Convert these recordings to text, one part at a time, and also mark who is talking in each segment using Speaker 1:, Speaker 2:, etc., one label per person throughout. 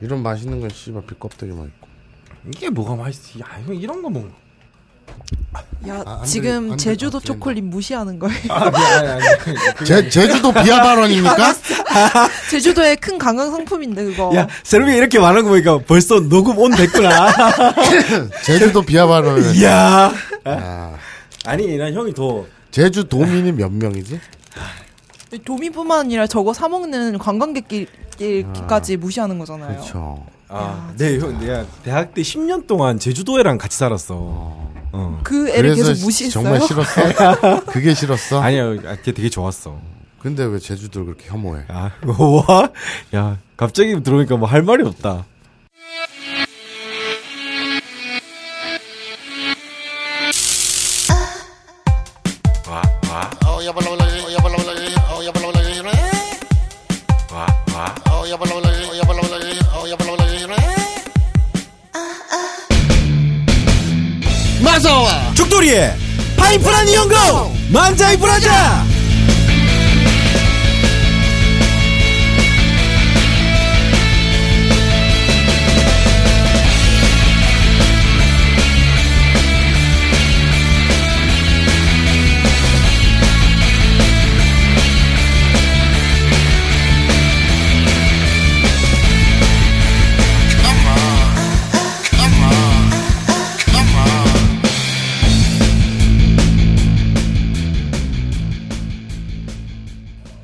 Speaker 1: 이런 맛있는 건 씨발 비껍데기만 있고.
Speaker 2: 이게 뭐가 맛있지? 야, 이거 이런 거 먹어.
Speaker 3: 야
Speaker 1: 아, 안 들리- 안
Speaker 3: 지금
Speaker 1: 들리-
Speaker 3: 제주도
Speaker 1: 안 들린다.
Speaker 3: 초콜릿 무시하는 거예요.
Speaker 2: 아, 미안, 아니, 아니. 그-
Speaker 1: 제 제주도 비하 발언입니까?
Speaker 3: 제주도의 큰 관광 상품인데
Speaker 2: 어.
Speaker 3: 그거.
Speaker 4: 야, 세롬이 이렇게 말하는 거 보니까 벌써 녹음 온 됐구나.
Speaker 1: 제주도 비하 발언.
Speaker 4: 이야.
Speaker 1: 아,
Speaker 4: 아니, 난 형이 더.
Speaker 1: 제주도민이 몇 명이지?
Speaker 3: 도미뿐만 아니라 저거 사 먹는 관광객끼리까지 무시하는 거잖아요.
Speaker 1: 그렇죠.
Speaker 4: 아, 네, 형, 내가 대학 때 10년 동안 제주도애랑 같이 살았어. 어.
Speaker 3: 그 애를
Speaker 1: 그래서
Speaker 3: 계속
Speaker 1: 시-
Speaker 3: 무시했어요.
Speaker 1: 정말 싫었어? 그게 싫었어?
Speaker 4: 아니야, 아, 걔 되게 좋았어.
Speaker 1: 근데 왜 제주도를 그렇게 혐오해?
Speaker 4: 아, 와? 야, 갑자기 들어오니까 뭐 할 말이 없다.
Speaker 1: 마사와
Speaker 4: 죽돌이의 파인프라니 연금! 만자이 브라자!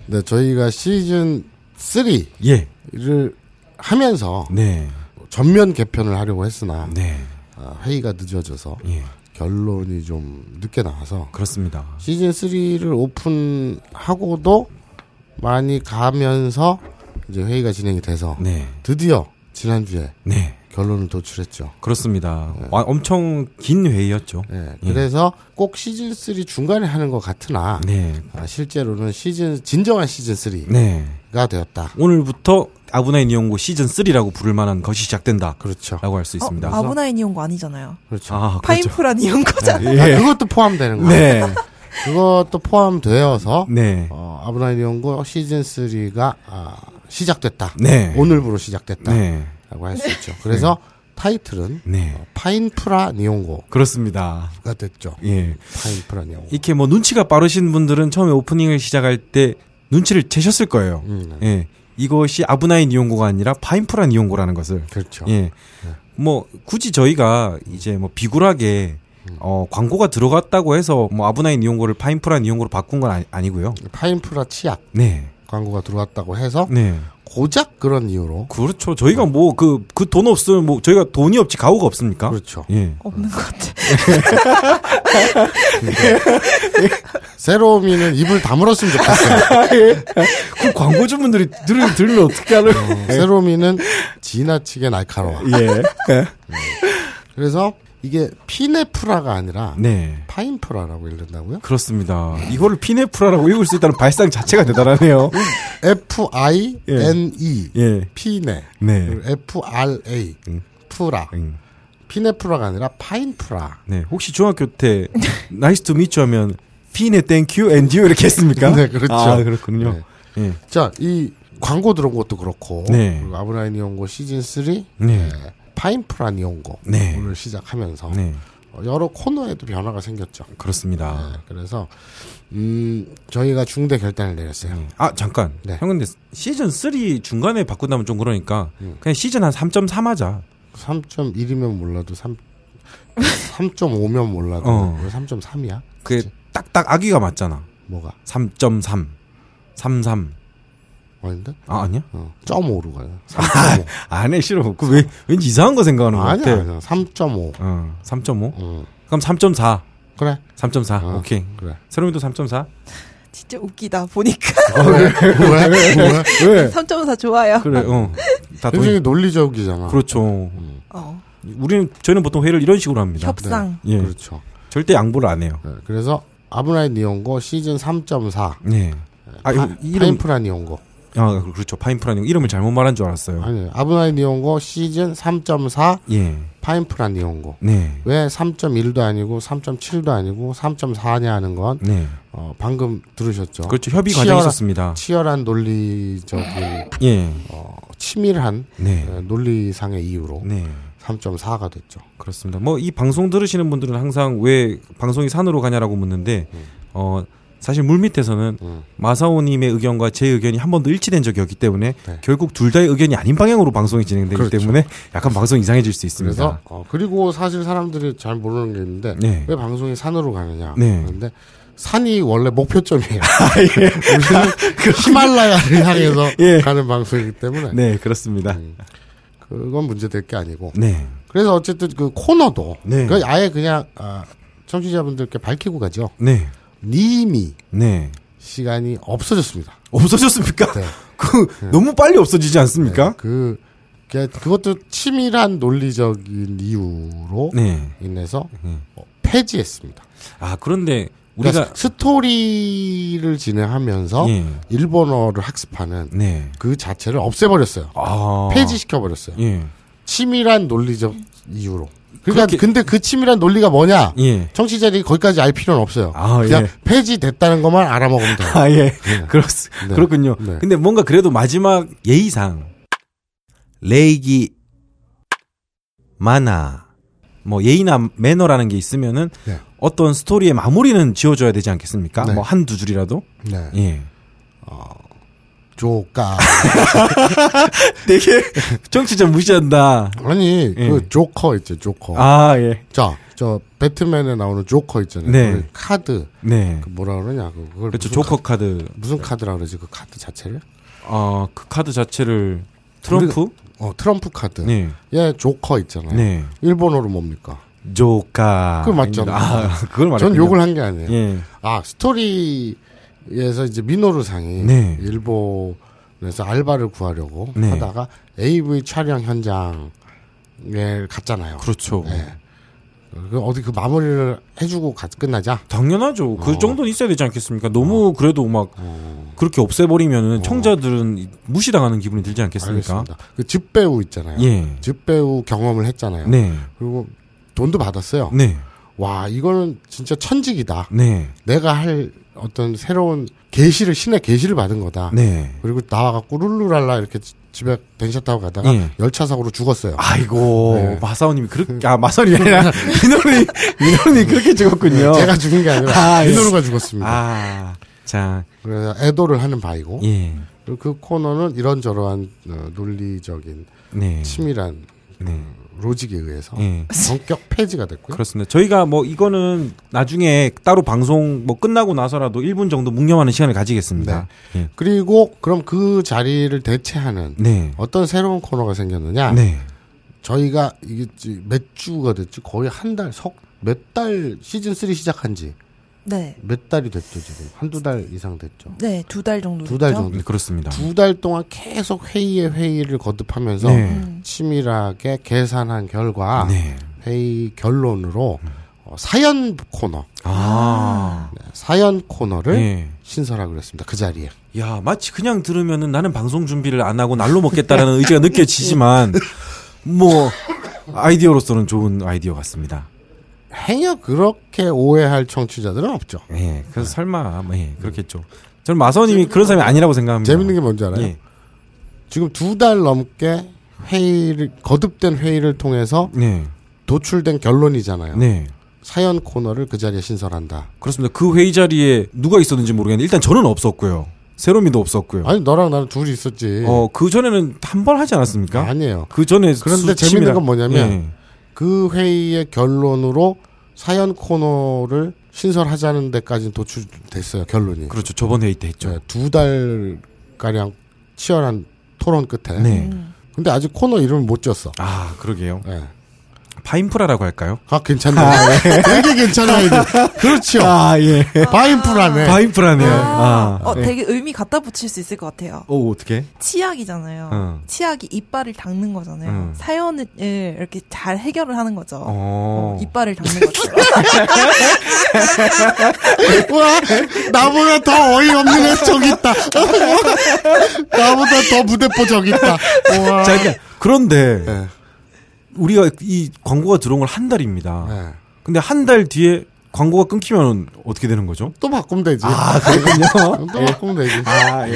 Speaker 1: 네, 저희가 시즌 3를
Speaker 4: 예.
Speaker 1: 하면서
Speaker 4: 네.
Speaker 1: 전면 개편을 하려고 했으나
Speaker 4: 네.
Speaker 1: 아, 회의가 늦어져서
Speaker 4: 예.
Speaker 1: 결론이 좀 늦게 나와서
Speaker 4: 그렇습니다.
Speaker 1: 시즌 3를 오픈하고도 많이 가면서 이제 회의가 진행이 돼서
Speaker 4: 네.
Speaker 1: 드디어 지난주에
Speaker 4: 네.
Speaker 1: 결론을 도출했죠.
Speaker 4: 그렇습니다.
Speaker 1: 네.
Speaker 4: 와, 엄청 긴 회의였죠.
Speaker 1: 예,
Speaker 4: 예.
Speaker 1: 그래서 꼭 시즌 3 중간에 하는 것 같으나
Speaker 4: 네.
Speaker 1: 아, 실제로는 시즌 진정한 시즌 3가
Speaker 4: 네.
Speaker 1: 되었다.
Speaker 4: 오늘부터 아브나인 이용고 시즌 3라고 부를 만한 것이 시작된다.
Speaker 1: 그렇죠.
Speaker 4: 라고 할 수 있습니다.
Speaker 3: 어, 아브나인 이온 거 아니잖아요.
Speaker 1: 그렇죠.
Speaker 4: 아, 그렇죠. 예.
Speaker 3: 파인프란 이온 거잖아.
Speaker 1: 아, 그것도 포함되는 거예요.
Speaker 4: 네.
Speaker 1: 그것도 포함되어서
Speaker 4: 네.
Speaker 1: 어, 아브라인 연구 시즌 3가 아, 시작됐다.
Speaker 4: 네.
Speaker 1: 오늘부로 시작됐다라고
Speaker 4: 네.
Speaker 1: 할 수 있죠. 그래서 타이틀은
Speaker 4: 네.
Speaker 1: 파인프라 니온고가
Speaker 4: 그렇습니다.
Speaker 1: 됐죠.
Speaker 4: 예.
Speaker 1: 파인프라 니온고.
Speaker 4: 이렇게 뭐 눈치가 빠르신 분들은 처음에 오프닝을 시작할 때 눈치를 채셨을 거예요.
Speaker 1: 음, 네.
Speaker 4: 예. 이것이 아브나인 이용고가 아니라 파인프란 이용고라는 것을.
Speaker 1: 그렇죠.
Speaker 4: 예. 뭐 굳이 저희가 이제 뭐 비굴하게 어 광고가 들어갔다고 해서 뭐 아브나인 이용고를 파인프란 이용고로 바꾼 건 아니, 고요
Speaker 1: 파인프라 치약
Speaker 4: 네.
Speaker 1: 광고가 들어왔다고 해서
Speaker 4: 네.
Speaker 1: 고작 그런 이유로
Speaker 4: 그렇죠. 저희가 뭐 그 그 돈 없으면 뭐 저희가 돈이 없지 가오가 없습니까?
Speaker 1: 그렇죠.
Speaker 4: 예.
Speaker 3: 없는 것 같아.
Speaker 1: 세로미는 입을 다물었으면 좋겠어요.
Speaker 4: 그 광고주분들이 들을 들으면 어떻게 하는
Speaker 1: 세로미는 지나치게 날카로워.
Speaker 4: 예.
Speaker 1: 그래서 이게 피네프라가 아니라
Speaker 4: 네.
Speaker 1: 파인프라라고 읽는다고요?
Speaker 4: 그렇습니다. 이거를 피네프라라고 읽을 수 있다는 발상 자체가 대단하네요.
Speaker 1: F I N E
Speaker 4: 예.
Speaker 1: 피네
Speaker 4: 네.
Speaker 1: 그리고 F R A
Speaker 4: 음.
Speaker 1: 프라
Speaker 4: 음.
Speaker 1: 피네프라가 아니라 파인프라
Speaker 4: 네. 혹시 중학교 때 나이스 투 미츠 하면 피네 땡큐 앤듀 이렇게 했습니까?
Speaker 1: 네, 그렇죠.
Speaker 4: 아, 그렇군요.
Speaker 1: 네.
Speaker 4: 예.
Speaker 1: 자이 광고 들어온 것도 그렇고
Speaker 4: 네.
Speaker 1: 그리고 아브라인 이온고 시즌 3
Speaker 4: 네.
Speaker 1: 파인프라 이온고를
Speaker 4: 네.
Speaker 1: 시작하면서
Speaker 4: 네.
Speaker 1: 어, 여러 코너에도 변화가 생겼죠
Speaker 4: 그렇습니다.
Speaker 1: 네, 그래서 음 저희가 중대 결단을 내렸어요
Speaker 4: 아, 잠깐.
Speaker 1: 네.
Speaker 4: 형 근데 시즌 3 중간에 바꾼다면 좀 그러니까
Speaker 1: 음.
Speaker 4: 그냥 시즌 한 3.3 하자.
Speaker 1: 3.1이면 몰라도 3 3.5면 몰라도
Speaker 4: 어.
Speaker 1: 왜 3.3이야
Speaker 4: 그게 딱딱 아기가 맞잖아.
Speaker 1: 뭐가
Speaker 4: 3.3. 33.
Speaker 1: 아닌데
Speaker 4: 아, 아니야?
Speaker 1: 어, 5로 가요 3.5
Speaker 4: 안 해, 싫어. 그 왜, 왠지 이상한 거 생각하는 거
Speaker 1: 아니야,
Speaker 4: 아, 같아.
Speaker 1: 아니야. 3.5.
Speaker 4: 어, 3.5?
Speaker 1: 응.
Speaker 4: 그럼 3.4.
Speaker 1: 그래.
Speaker 4: 3.4.
Speaker 1: 어,
Speaker 4: 오케이.
Speaker 1: 그래.
Speaker 4: 새로미도 3.4?
Speaker 3: 진짜 웃기다 보니까
Speaker 1: 왜? 왜?
Speaker 4: 왜?
Speaker 3: 3.4 좋아요.
Speaker 4: 그래, 어. 다 돈.
Speaker 1: 굉장히 논리적이잖아.
Speaker 4: 그렇죠.
Speaker 3: 어,
Speaker 4: 우리는, 저희는 보통 회의를 이런 식으로 합니다.
Speaker 3: 협상.
Speaker 4: 예.
Speaker 1: 그렇죠.
Speaker 4: 절대 양보를 안 해요.
Speaker 1: 네, 그래서 아브라이 니온고 시즌 3.4.
Speaker 4: 네. 아, 이거
Speaker 1: 파-
Speaker 4: 이름,
Speaker 1: 파인프라 니온고.
Speaker 4: 아, 그렇죠. 파인프라니. 이름을 잘못 말한 줄 알았어요.
Speaker 1: 아니, 아브라이 니온고 시즌 3.4
Speaker 4: 예.
Speaker 1: 파인프라 니온고.
Speaker 4: 네.
Speaker 1: 왜 3.1도 아니고 3.7도 아니고 3.4냐 하는 건
Speaker 4: 네.
Speaker 1: 어, 방금 들으셨죠.
Speaker 4: 그렇죠. 협의
Speaker 1: 어. 치열한-
Speaker 4: 과정이 있었습니다.
Speaker 1: 치열한 논리적인
Speaker 4: 예.
Speaker 1: 어, 치밀한
Speaker 4: 네.
Speaker 1: 어, 논리상의 이유로
Speaker 4: 네.
Speaker 1: 3.4가 됐죠.
Speaker 4: 그렇습니다. 뭐 이 방송 들으시는 분들은 항상 왜 방송이 산으로 가냐라고 묻는데 어 사실 물 밑에서는
Speaker 1: 음.
Speaker 4: 마사오님의 의견과 제 의견이 한 번도 일치된 적이 없기 때문에
Speaker 1: 네.
Speaker 4: 결국 둘 다의 의견이 아닌 방향으로 방송이 진행되기
Speaker 1: 그렇죠.
Speaker 4: 때문에 약간 방송 이상해질 수
Speaker 1: 그래서
Speaker 4: 있습니다.
Speaker 1: 어, 그리고 사실 사람들이 잘 모르는 게 있는데
Speaker 4: 네.
Speaker 1: 왜 방송이 산으로 가느냐.
Speaker 4: 네. 아,
Speaker 1: 그런데 산이 원래 목표점이에요. 우리는 히말라야를 향해서
Speaker 4: 그 예.
Speaker 1: 가는 방송이기 때문에
Speaker 4: 네, 그렇습니다.
Speaker 1: 음. 그건 문제될 게 아니고.
Speaker 4: 네.
Speaker 1: 그래서 어쨌든 그 코너도
Speaker 4: 네.
Speaker 1: 그 아예 그냥 아, 청취자분들께 밝히고 가죠.
Speaker 4: 네.
Speaker 1: 님이
Speaker 4: 네.
Speaker 1: 시간이 없어졌습니다.
Speaker 4: 없어졌습니까?
Speaker 1: 네.
Speaker 4: 그 너무 빨리 없어지지 않습니까?
Speaker 1: 그 그- 그것도 치밀한 논리적인 이유로
Speaker 4: 네.
Speaker 1: 인해서 어, 폐지했습니다.
Speaker 4: 아, 그런데
Speaker 1: 우리가
Speaker 4: 우리가
Speaker 1: 스토리를 진행하면서
Speaker 4: 예.
Speaker 1: 일본어를 학습하는
Speaker 4: 네.
Speaker 1: 그 자체를 없애버렸어요.
Speaker 4: 아.
Speaker 1: 폐지시켜 버렸어요.
Speaker 4: 예.
Speaker 1: 치밀한 논리적 이유로. 그러니까
Speaker 4: 그렇게-
Speaker 1: 근데 그 치밀한 논리가 뭐냐?
Speaker 4: 예.
Speaker 1: 청취자들이 거기까지 알 필요는 없어요.
Speaker 4: 아,
Speaker 1: 그냥
Speaker 4: 예.
Speaker 1: 폐지됐다는 것만 알아먹으면 돼요.
Speaker 4: 아, 예. 그렇,
Speaker 1: 네.
Speaker 4: 그렇군요.
Speaker 1: 네.
Speaker 4: 근데 뭔가 그래도 마지막 예의상, 레이기, 마나, 뭐 예의나 매너라는 게 있으면은
Speaker 1: 네.
Speaker 4: 어떤 스토리의 마무리는 지어줘야 되지 않겠습니까?
Speaker 1: 네.
Speaker 4: 뭐 한두 줄이라도?
Speaker 1: 네.
Speaker 4: 예.
Speaker 1: 조까.
Speaker 4: 되게 정치자 무시한다.
Speaker 1: 아니,
Speaker 4: 예.
Speaker 1: 그 조커 있죠, 조커.
Speaker 4: 아, 예.
Speaker 1: 자, 저 배트맨에 나오는 조커 있잖아요.
Speaker 4: 네.
Speaker 1: 그 카드.
Speaker 4: 네.
Speaker 1: 그 뭐라 그러냐, 그거. 그걸
Speaker 4: 그렇죠.
Speaker 1: 무슨
Speaker 4: 조커 카드.
Speaker 1: 카- 무슨 카드라 그러지, 그 카드 자체를?
Speaker 4: 어, 그 카드 자체를 트럼프?
Speaker 1: 어, 트럼프 카드.
Speaker 4: 네.
Speaker 1: 예, 조커 있잖아요.
Speaker 4: 네.
Speaker 1: 일본어로 뭡니까?
Speaker 4: 조카.
Speaker 1: 그거 맞잖아.
Speaker 4: 아, 그걸 말했군요.
Speaker 1: 네. 전 욕을 한 게 아니에요.
Speaker 4: 예.
Speaker 1: 아, 스토리에서 이제 미노루상이
Speaker 4: 네.
Speaker 1: 일본에서 알바를 구하려고
Speaker 4: 네.
Speaker 1: 하다가 AV 촬영 현장에 갔잖아요.
Speaker 4: 그렇죠.
Speaker 1: 예. 그 어디 그 마무리를 해주고 가, 끝나자.
Speaker 4: 당연하죠. 그
Speaker 1: 어.
Speaker 4: 정도는 있어야 되지 않겠습니까? 너무 그래도 막 그렇게 없애버리면
Speaker 1: 어.
Speaker 4: 은 청자들은 무시당하는 기분이 들지 않겠습니까?
Speaker 1: 알겠습니다. 그 집배우 있잖아요.
Speaker 4: 예.
Speaker 1: 집배우 경험을 했잖아요.
Speaker 4: 네.
Speaker 1: 그리고 돈도 받았어요.
Speaker 4: 네.
Speaker 1: 와, 이거는 진짜 천직이다.
Speaker 4: 네.
Speaker 1: 내가 할 어떤 새로운 계시를 신의 계시를 받은 거다.
Speaker 4: 네.
Speaker 1: 그리고 나와갖고 룰루랄라 이렇게 지- 집에 벤셔 타고 가다가
Speaker 4: 예.
Speaker 1: 열차 사고로 죽었어요.
Speaker 4: 아이고
Speaker 1: 네.
Speaker 4: 마사오님이 그렇게 아 마사오님이 아니라 민호님 민호님 그렇게 찍었군요.
Speaker 1: 네, 제가 죽은 게 아니라
Speaker 4: 아, 예.
Speaker 1: 민호루가 죽었습니다.
Speaker 4: 아. 자,
Speaker 1: 그래서 애도를 하는 바이고
Speaker 4: 예.
Speaker 1: 그리고 그 코너는 이런저런 어, 논리적인
Speaker 4: 네.
Speaker 1: 치밀한
Speaker 4: 네.
Speaker 1: 로직에 의해서
Speaker 4: 예.
Speaker 1: 전격 폐지가 됐고요.
Speaker 4: 그렇습니다. 저희가 뭐 이거는 나중에 따로 방송 뭐 끝나고 나서라도 1분 정도 묵념하는 시간을 가지겠습니다. 예.
Speaker 1: 그리고 그럼 그 자리를 대체하는
Speaker 4: 네.
Speaker 1: 어떤 새로운 코너가 생겼느냐?
Speaker 4: 네.
Speaker 1: 저희가 이게 지- 몇 주가 됐지 거의 한 달 석 몇 달 시즌 3 시작한 지
Speaker 3: 네.
Speaker 1: 몇 달이 됐죠 지금 한두 달 이상 됐죠.
Speaker 3: 네, 두 달 정도.
Speaker 1: 두 달
Speaker 3: 됐죠?
Speaker 1: 정도.
Speaker 4: 네, 그렇습니다.
Speaker 1: 두 달 동안 계속 회의에 회의를 거듭하면서
Speaker 4: 네.
Speaker 3: 음.
Speaker 1: 치밀하게 계산한 결과
Speaker 4: 네.
Speaker 1: 회의 결론으로 어, 사연 코너,
Speaker 4: 아.
Speaker 1: 네, 사연 코너를
Speaker 4: 네.
Speaker 1: 신설하기로 했습니다. 그 자리에.
Speaker 4: 야, 마치 그냥 들으면은 나는 방송 준비를 안 하고 날로 먹겠다라는 의지가 느껴지지만 뭐 아이디어로서는 좋은 아이디어 같습니다.
Speaker 1: 행여 그렇게 오해할 청취자들은 없죠.
Speaker 4: 예. 그래서 설마 뭐, 예, 그렇겠죠. 저는 마서님이 그런 사람이 아니라고 생각합니다.
Speaker 1: 재밌는 게 뭔지 알아요?
Speaker 4: 예.
Speaker 1: 지금 두 달 넘게 회의를 거듭된 회의를 통해서
Speaker 4: 네.
Speaker 1: 도출된 결론이잖아요.
Speaker 4: 네.
Speaker 1: 사연 코너를 그 자리에 신설한다.
Speaker 4: 그렇습니다. 그 회의 자리에 누가 있었는지 모르겠는데 일단 저는 없었고요. 세롬이도 없었고요.
Speaker 1: 아니 너랑 나랑 둘이 있었지.
Speaker 4: 예. 어, 그 전에는 한 번 하지 않았습니까?
Speaker 1: 아니에요.
Speaker 4: 그 전에
Speaker 1: 그런데
Speaker 4: 수치밀한-
Speaker 1: 재밌는 건 뭐냐면
Speaker 4: 예.
Speaker 1: 그 회의의 결론으로 사연 코너를 신설하자는 데까지는 도출됐어요 결론이
Speaker 4: 그렇죠. 저번 회의 때 했죠.
Speaker 1: 두달 가량 치열한 토론 끝에
Speaker 4: 네.
Speaker 3: 음.
Speaker 1: 근데 아직 코너 이름을 못 지었어
Speaker 4: 아, 그러게요.
Speaker 1: 예.
Speaker 4: 파인프라라고 할까요?
Speaker 1: 아 괜찮네 되게 괜찮아 이거 그렇죠
Speaker 4: 아, 예.
Speaker 1: 바인프라네
Speaker 4: 바인프라네요.
Speaker 3: 아,
Speaker 4: 아.
Speaker 3: 어,
Speaker 4: 예.
Speaker 3: 되게 의미 갖다 붙일 수 있을 것 같아요.
Speaker 4: 어, 어떻게?
Speaker 3: 치약이잖아요.
Speaker 4: 어.
Speaker 3: 치약이 이빨을 닦는 거잖아요.
Speaker 4: 음.
Speaker 3: 사연을 예, 이렇게 잘 해결을 하는 거죠.
Speaker 4: 어.
Speaker 3: 어, 이빨을 닦는 거죠.
Speaker 1: 와 나보다 더 어이없는 애 저기 있다 나보다 더 무대포 저기 있다 우와.
Speaker 4: 자, 그러니까 그런데
Speaker 1: 예.
Speaker 4: 우리가 이 광고가 들어온 걸 한 달입니다.
Speaker 1: 예.
Speaker 4: 근데 한 달 뒤에 광고가 끊기면 어떻게 되는 거죠?
Speaker 1: 또 바꾸면 되지
Speaker 4: 그렇군요.
Speaker 1: 또 바꾸면 되지
Speaker 4: 아, 예.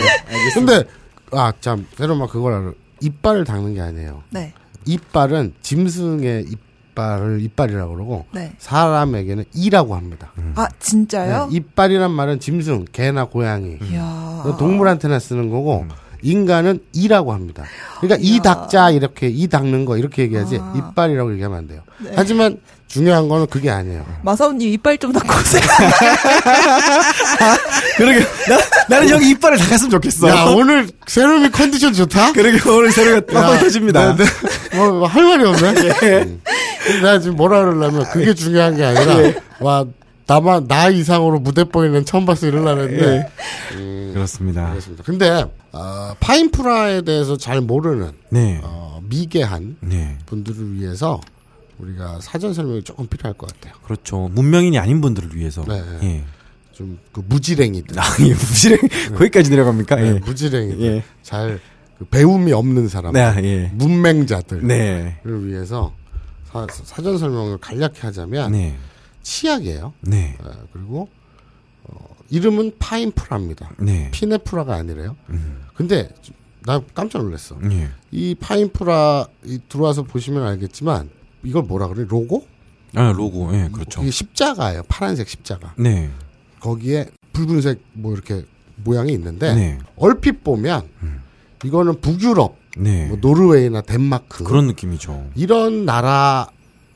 Speaker 1: 근데 아 참 새로만 그걸 알- 이빨을 닦는 게 아니에요.
Speaker 3: 네.
Speaker 1: 이빨은 짐승의 이빨을 이빨이라고 그러고
Speaker 3: 네.
Speaker 1: 사람에게는 이라고 합니다.
Speaker 3: 아, 진짜요? 음.
Speaker 1: 네, 이빨이란 말은 짐승, 개나 고양이,
Speaker 3: 이야.
Speaker 1: 동물한테나 쓰는 거고 인간은 이라고 합니다. 그러니까 이
Speaker 3: 이야.
Speaker 1: 닦자 이렇게 이 닦는 거 이렇게 얘기하지
Speaker 3: 아.
Speaker 1: 이빨이라고 얘기하면 안 돼요.
Speaker 3: 네.
Speaker 1: 하지만 중요한 거는 그게 아니에요.
Speaker 3: 마사오님 이빨 좀 닦고 오세요.
Speaker 4: 그러게 나, 나는 형이 이빨을 닦았으면 좋겠어.
Speaker 1: 야 오늘 세롬이 컨디션 좋다.
Speaker 4: 그러게 오늘 세로가
Speaker 3: 아,
Speaker 4: 빵빵 터집니다.
Speaker 1: 네, 네. 뭐, 뭐할 말이 없네.
Speaker 4: 예.
Speaker 1: 음. 근데 나 지금 뭐라 그러려면 그게 중요한 게 아니라
Speaker 4: 예.
Speaker 1: 와 나만 나 이상으로 무대 뽕이는 처음 봤어
Speaker 4: 예.
Speaker 1: 이러려는데
Speaker 3: 네.
Speaker 4: 그렇습니다.
Speaker 1: 알겠습니다. 네. 근데 어, 파인프라에 대해서 잘 모르는
Speaker 4: 네.
Speaker 1: 어, 미개한
Speaker 4: 네.
Speaker 1: 분들을 위해서 우리가 사전 설명이 조금 필요할 것 같아요.
Speaker 4: 그렇죠. 문명인이 아닌 분들을 위해서.
Speaker 1: 어. 네.
Speaker 4: 예.
Speaker 1: 좀 그 무지랭이들,
Speaker 4: 아, 예. 무시랭 거기까지 내려갑니까?
Speaker 1: 네,
Speaker 4: 예.
Speaker 1: 무지랭이들,
Speaker 4: 예.
Speaker 1: 잘그 배움이 없는 사람,
Speaker 4: 네, 아, 예.
Speaker 1: 문맹자들을
Speaker 4: 네.
Speaker 1: 위해서 사, 사전 설명을 간략히 하자면
Speaker 4: 네.
Speaker 1: 치약이에요.
Speaker 4: 네.
Speaker 1: 예, 그리고 어, 이름은 파인프라입니다.
Speaker 4: 네.
Speaker 1: 피네프라가 아니래요.
Speaker 4: 음.
Speaker 1: 근데 나 깜짝 놀랐어.
Speaker 4: 예.
Speaker 1: 이 파인프라 이 들어와서 보시면 알겠지만 이걸 뭐라 그래? 로고?
Speaker 4: 아, 로고. 예, 그렇죠.
Speaker 1: 뭐, 이게 십자가예요. 파란색 십자가.
Speaker 4: 네.
Speaker 1: 거기에 붉은색 뭐 이렇게 모양이 있는데
Speaker 4: 네. 음.
Speaker 1: 얼핏 보면 이거는 북유럽,
Speaker 4: 네.
Speaker 1: 뭐 노르웨이나 덴마크
Speaker 4: 그런 느낌이죠.
Speaker 1: 이런 나라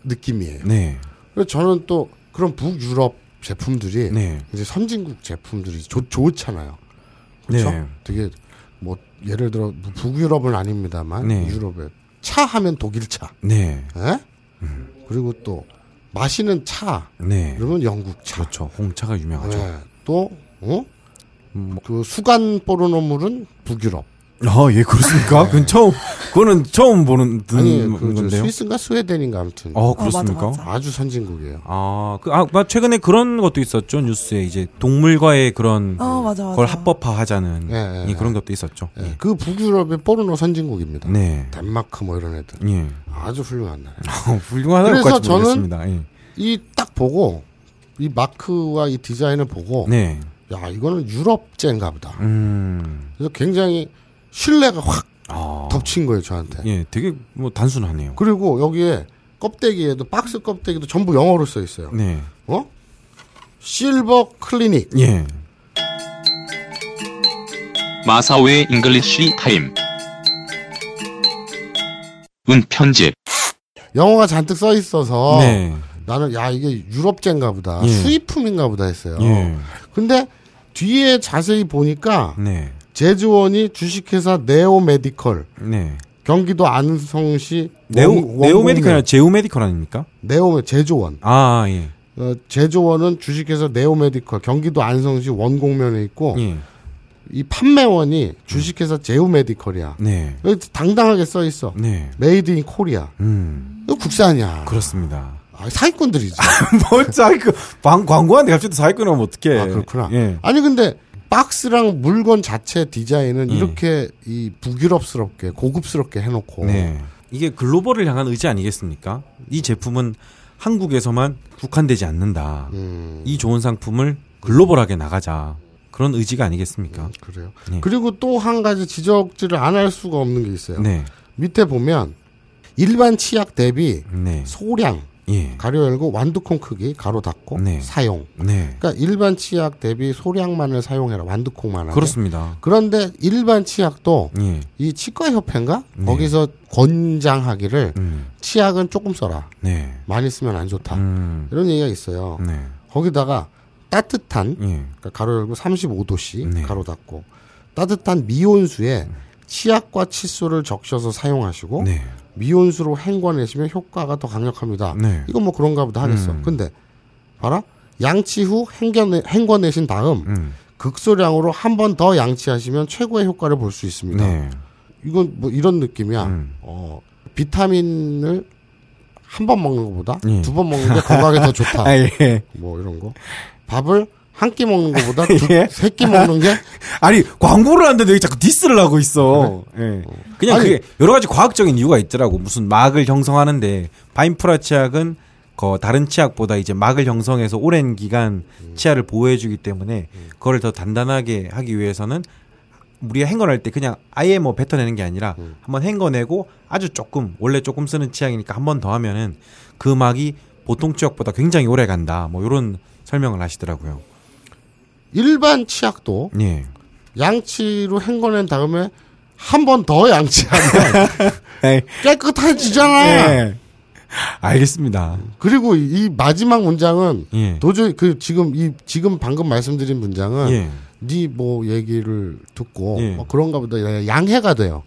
Speaker 1: 느낌이에요.
Speaker 4: 네.
Speaker 1: 그래서 저는 또 그런 북유럽 제품들이
Speaker 4: 네.
Speaker 1: 이제 선진국 제품들이 좋, 좋잖아요. 그렇죠?
Speaker 4: 네.
Speaker 1: 되게 뭐 예를 들어 뭐 북유럽은 아닙니다만
Speaker 4: 네.
Speaker 1: 유럽에 차 하면 독일차,
Speaker 4: 네.
Speaker 1: 에? 그리고 또 마시는 차
Speaker 4: 음. 네.
Speaker 1: 그러면 영국차,
Speaker 4: 그렇죠. 홍차가 유명하죠. 그렇죠.
Speaker 1: 예. 또 어?
Speaker 4: 음, 뭐-
Speaker 1: 그 수간 보르노물은 북유럽
Speaker 4: 아, 예, 그렇습니까? 그건 처음, 그거는 처음 보는, 듣는
Speaker 1: 네. 아니 그저
Speaker 4: 건데요.
Speaker 1: 스위스인가 스웨덴인가 아무튼
Speaker 4: 어, 그렇습니까?
Speaker 3: 어, 맞아, 맞아.
Speaker 1: 아주 선진국이에요.
Speaker 4: 아, 그, 아, 막 최근에 그런 것도 있었죠. 뉴스에 이제 동물과의 그런
Speaker 3: 어, 맞아, 맞아.
Speaker 4: 걸 합법화 하자는
Speaker 1: 예, 예,
Speaker 4: 예, 그런 것도 있었죠.
Speaker 1: 예, 그 북유럽의 포르노 선진국입니다.
Speaker 4: 네.
Speaker 1: 덴마크 뭐 이런 애들
Speaker 4: 예.
Speaker 1: 아주 훌륭한 나라.
Speaker 4: 어, 훌륭하다고
Speaker 1: 그래서
Speaker 4: 까지
Speaker 1: 저는-
Speaker 4: 모르겠습니다. 예.
Speaker 1: 이 딱 보고 이 마크와 이 디자인을 보고
Speaker 4: 네.
Speaker 1: 야 이거는 유럽제인가 보다.
Speaker 4: 음.
Speaker 1: 그래서 굉장히 신뢰가 확
Speaker 4: 아.
Speaker 1: 덮친 거예요 저한테.
Speaker 4: 예, 되게 뭐 단순하네요.
Speaker 1: 그리고 여기에 껍데기에도 박스 껍데기도 전부 영어로 써 있어요.
Speaker 4: 네.
Speaker 1: 어? 실버 클리닉.
Speaker 4: 예.
Speaker 5: 마사오의 잉글리쉬 타임. 은 편집.
Speaker 1: 영어가 잔뜩 써 있어서
Speaker 4: 네.
Speaker 1: 나는 야 이게 유럽제인가 보다.
Speaker 4: 예.
Speaker 1: 수입품인가 보다 했어요.
Speaker 4: 예.
Speaker 1: 근데 뒤에 자세히 보니까
Speaker 4: 네.
Speaker 1: 제조원이 주식회사 네오메디컬
Speaker 4: 네.
Speaker 1: 경기도 안성시
Speaker 4: 네오,
Speaker 1: 원- 원곡면.
Speaker 4: 네오메디컬이 아니라 제오메디컬 아닙니까?
Speaker 1: 네오 제조원
Speaker 4: 아, 예.
Speaker 1: 어, 제조원은 주식회사 네오메디컬 경기도 안성시 원곡면에 있고
Speaker 4: 예. 음.
Speaker 1: 이 판매원이 주식회사 제오메디컬이야
Speaker 4: 네.
Speaker 1: 여기 당당하게 써 있어
Speaker 4: 네.
Speaker 1: 메이드 인 코리아
Speaker 4: 음.
Speaker 1: 이거 어, 국산이야
Speaker 4: 그렇습니다.
Speaker 1: 아, 사기꾼들이지
Speaker 4: 뭘 사이클 광, 광고하는데 갑자기 또 사이클 나오면 어떡해.
Speaker 1: 아 그렇구나
Speaker 4: 예.
Speaker 1: 아니 근데 박스랑 물건 자체 디자인은
Speaker 4: 예.
Speaker 1: 이렇게 이 북유럽스럽게 고급스럽게 해놓고
Speaker 4: 네. 이게 글로벌을 향한 의지 아니겠습니까? 이 제품은 한국에서만 국한되지 않는다.
Speaker 1: 음,
Speaker 4: 이 좋은 상품을 글로벌하게 나가자. 그런 의지가 아니겠습니까?
Speaker 1: 그래요
Speaker 4: 네.
Speaker 1: 그리고 또 한 가지 지적질을 안 할 수가 없는 게 있어요
Speaker 4: 네.
Speaker 1: 밑에 보면 일반 치약 대비
Speaker 4: 네.
Speaker 1: 소량
Speaker 4: 예.
Speaker 1: 가로 열고 완두콩 크기 가로 닫고
Speaker 4: 네.
Speaker 1: 사용.
Speaker 4: 네.
Speaker 1: 그러니까 일반 치약 대비 소량만을 사용해라 완두콩만 하게.
Speaker 4: 그렇습니다.
Speaker 1: 그런데 일반 치약도
Speaker 4: 예.
Speaker 1: 이 치과 협회인가
Speaker 4: 네.
Speaker 1: 거기서 권장하기를
Speaker 4: 음.
Speaker 1: 치약은 조금 써라
Speaker 4: 네.
Speaker 1: 많이 쓰면 안 좋다
Speaker 4: 음.
Speaker 1: 이런 얘기가 있어요.
Speaker 4: 네.
Speaker 1: 거기다가 따뜻한
Speaker 4: 예.
Speaker 1: 그러니까 가로 열고 35도씨
Speaker 4: 네. 음.
Speaker 1: 가로 닫고 따뜻한 미온수에 치약과 칫솔을 적셔서 사용하시고
Speaker 4: 네.
Speaker 1: 미온수로 헹궈내시면 효과가 더 강력합니다.
Speaker 4: 네.
Speaker 1: 이건 뭐 그런가 보다 하겠어.
Speaker 4: 음.
Speaker 1: 근데 봐라 양치 후 헹겨내, 헹궈내신 다음
Speaker 4: 음.
Speaker 1: 극소량으로 한 번 더 양치하시면 최고의 효과를 볼 수 있습니다.
Speaker 4: 네.
Speaker 1: 이건 뭐 이런 느낌이야.
Speaker 4: 음.
Speaker 1: 어, 비타민을 한 번 먹는 것보다
Speaker 4: 예.
Speaker 1: 두 번 먹는 게 건강에 더 좋다.
Speaker 4: 아, 예.
Speaker 1: 뭐 이런 거. 밥을 한 끼 먹는 것보다 두
Speaker 4: 예?
Speaker 1: 세 끼 먹는 게
Speaker 4: 아니 광고를 하는데 왜 자꾸 디스를 하고 있어? 예. 그냥
Speaker 1: 아니.
Speaker 4: 그게 여러 가지 과학적인 이유가 있더라고. 무슨 막을 형성하는데 바인프라 치약은 그 다른 치약보다 이제 막을 형성해서 오랜 기간 치아를 보호해주기 때문에 그걸 더 단단하게 하기 위해서는 우리가 행건할 때 그냥 아예 뭐 뱉어내는 게 아니라 한번 행건내고 아주 조금 원래 조금 쓰는 취향이니까 한 번 더 하면은 그 막이 보통 취약보다 굉장히 오래 간다. 뭐 이런 설명을 하시더라고요.
Speaker 1: 일반 치약도
Speaker 4: 예.
Speaker 1: 양치로 헹궈낸 다음에 한 번 더 양치하면 깨끗해지잖아.
Speaker 4: 예. 네. 알겠습니다.
Speaker 1: 그리고 이 마지막 문장은
Speaker 4: 예.
Speaker 1: 도저히 그 지금 이 지금 방금 말씀드린 문장은
Speaker 4: 예.
Speaker 1: 네 뭐 얘기를 듣고
Speaker 4: 예.
Speaker 1: 어, 그런가 보다 야- 양해가 돼요.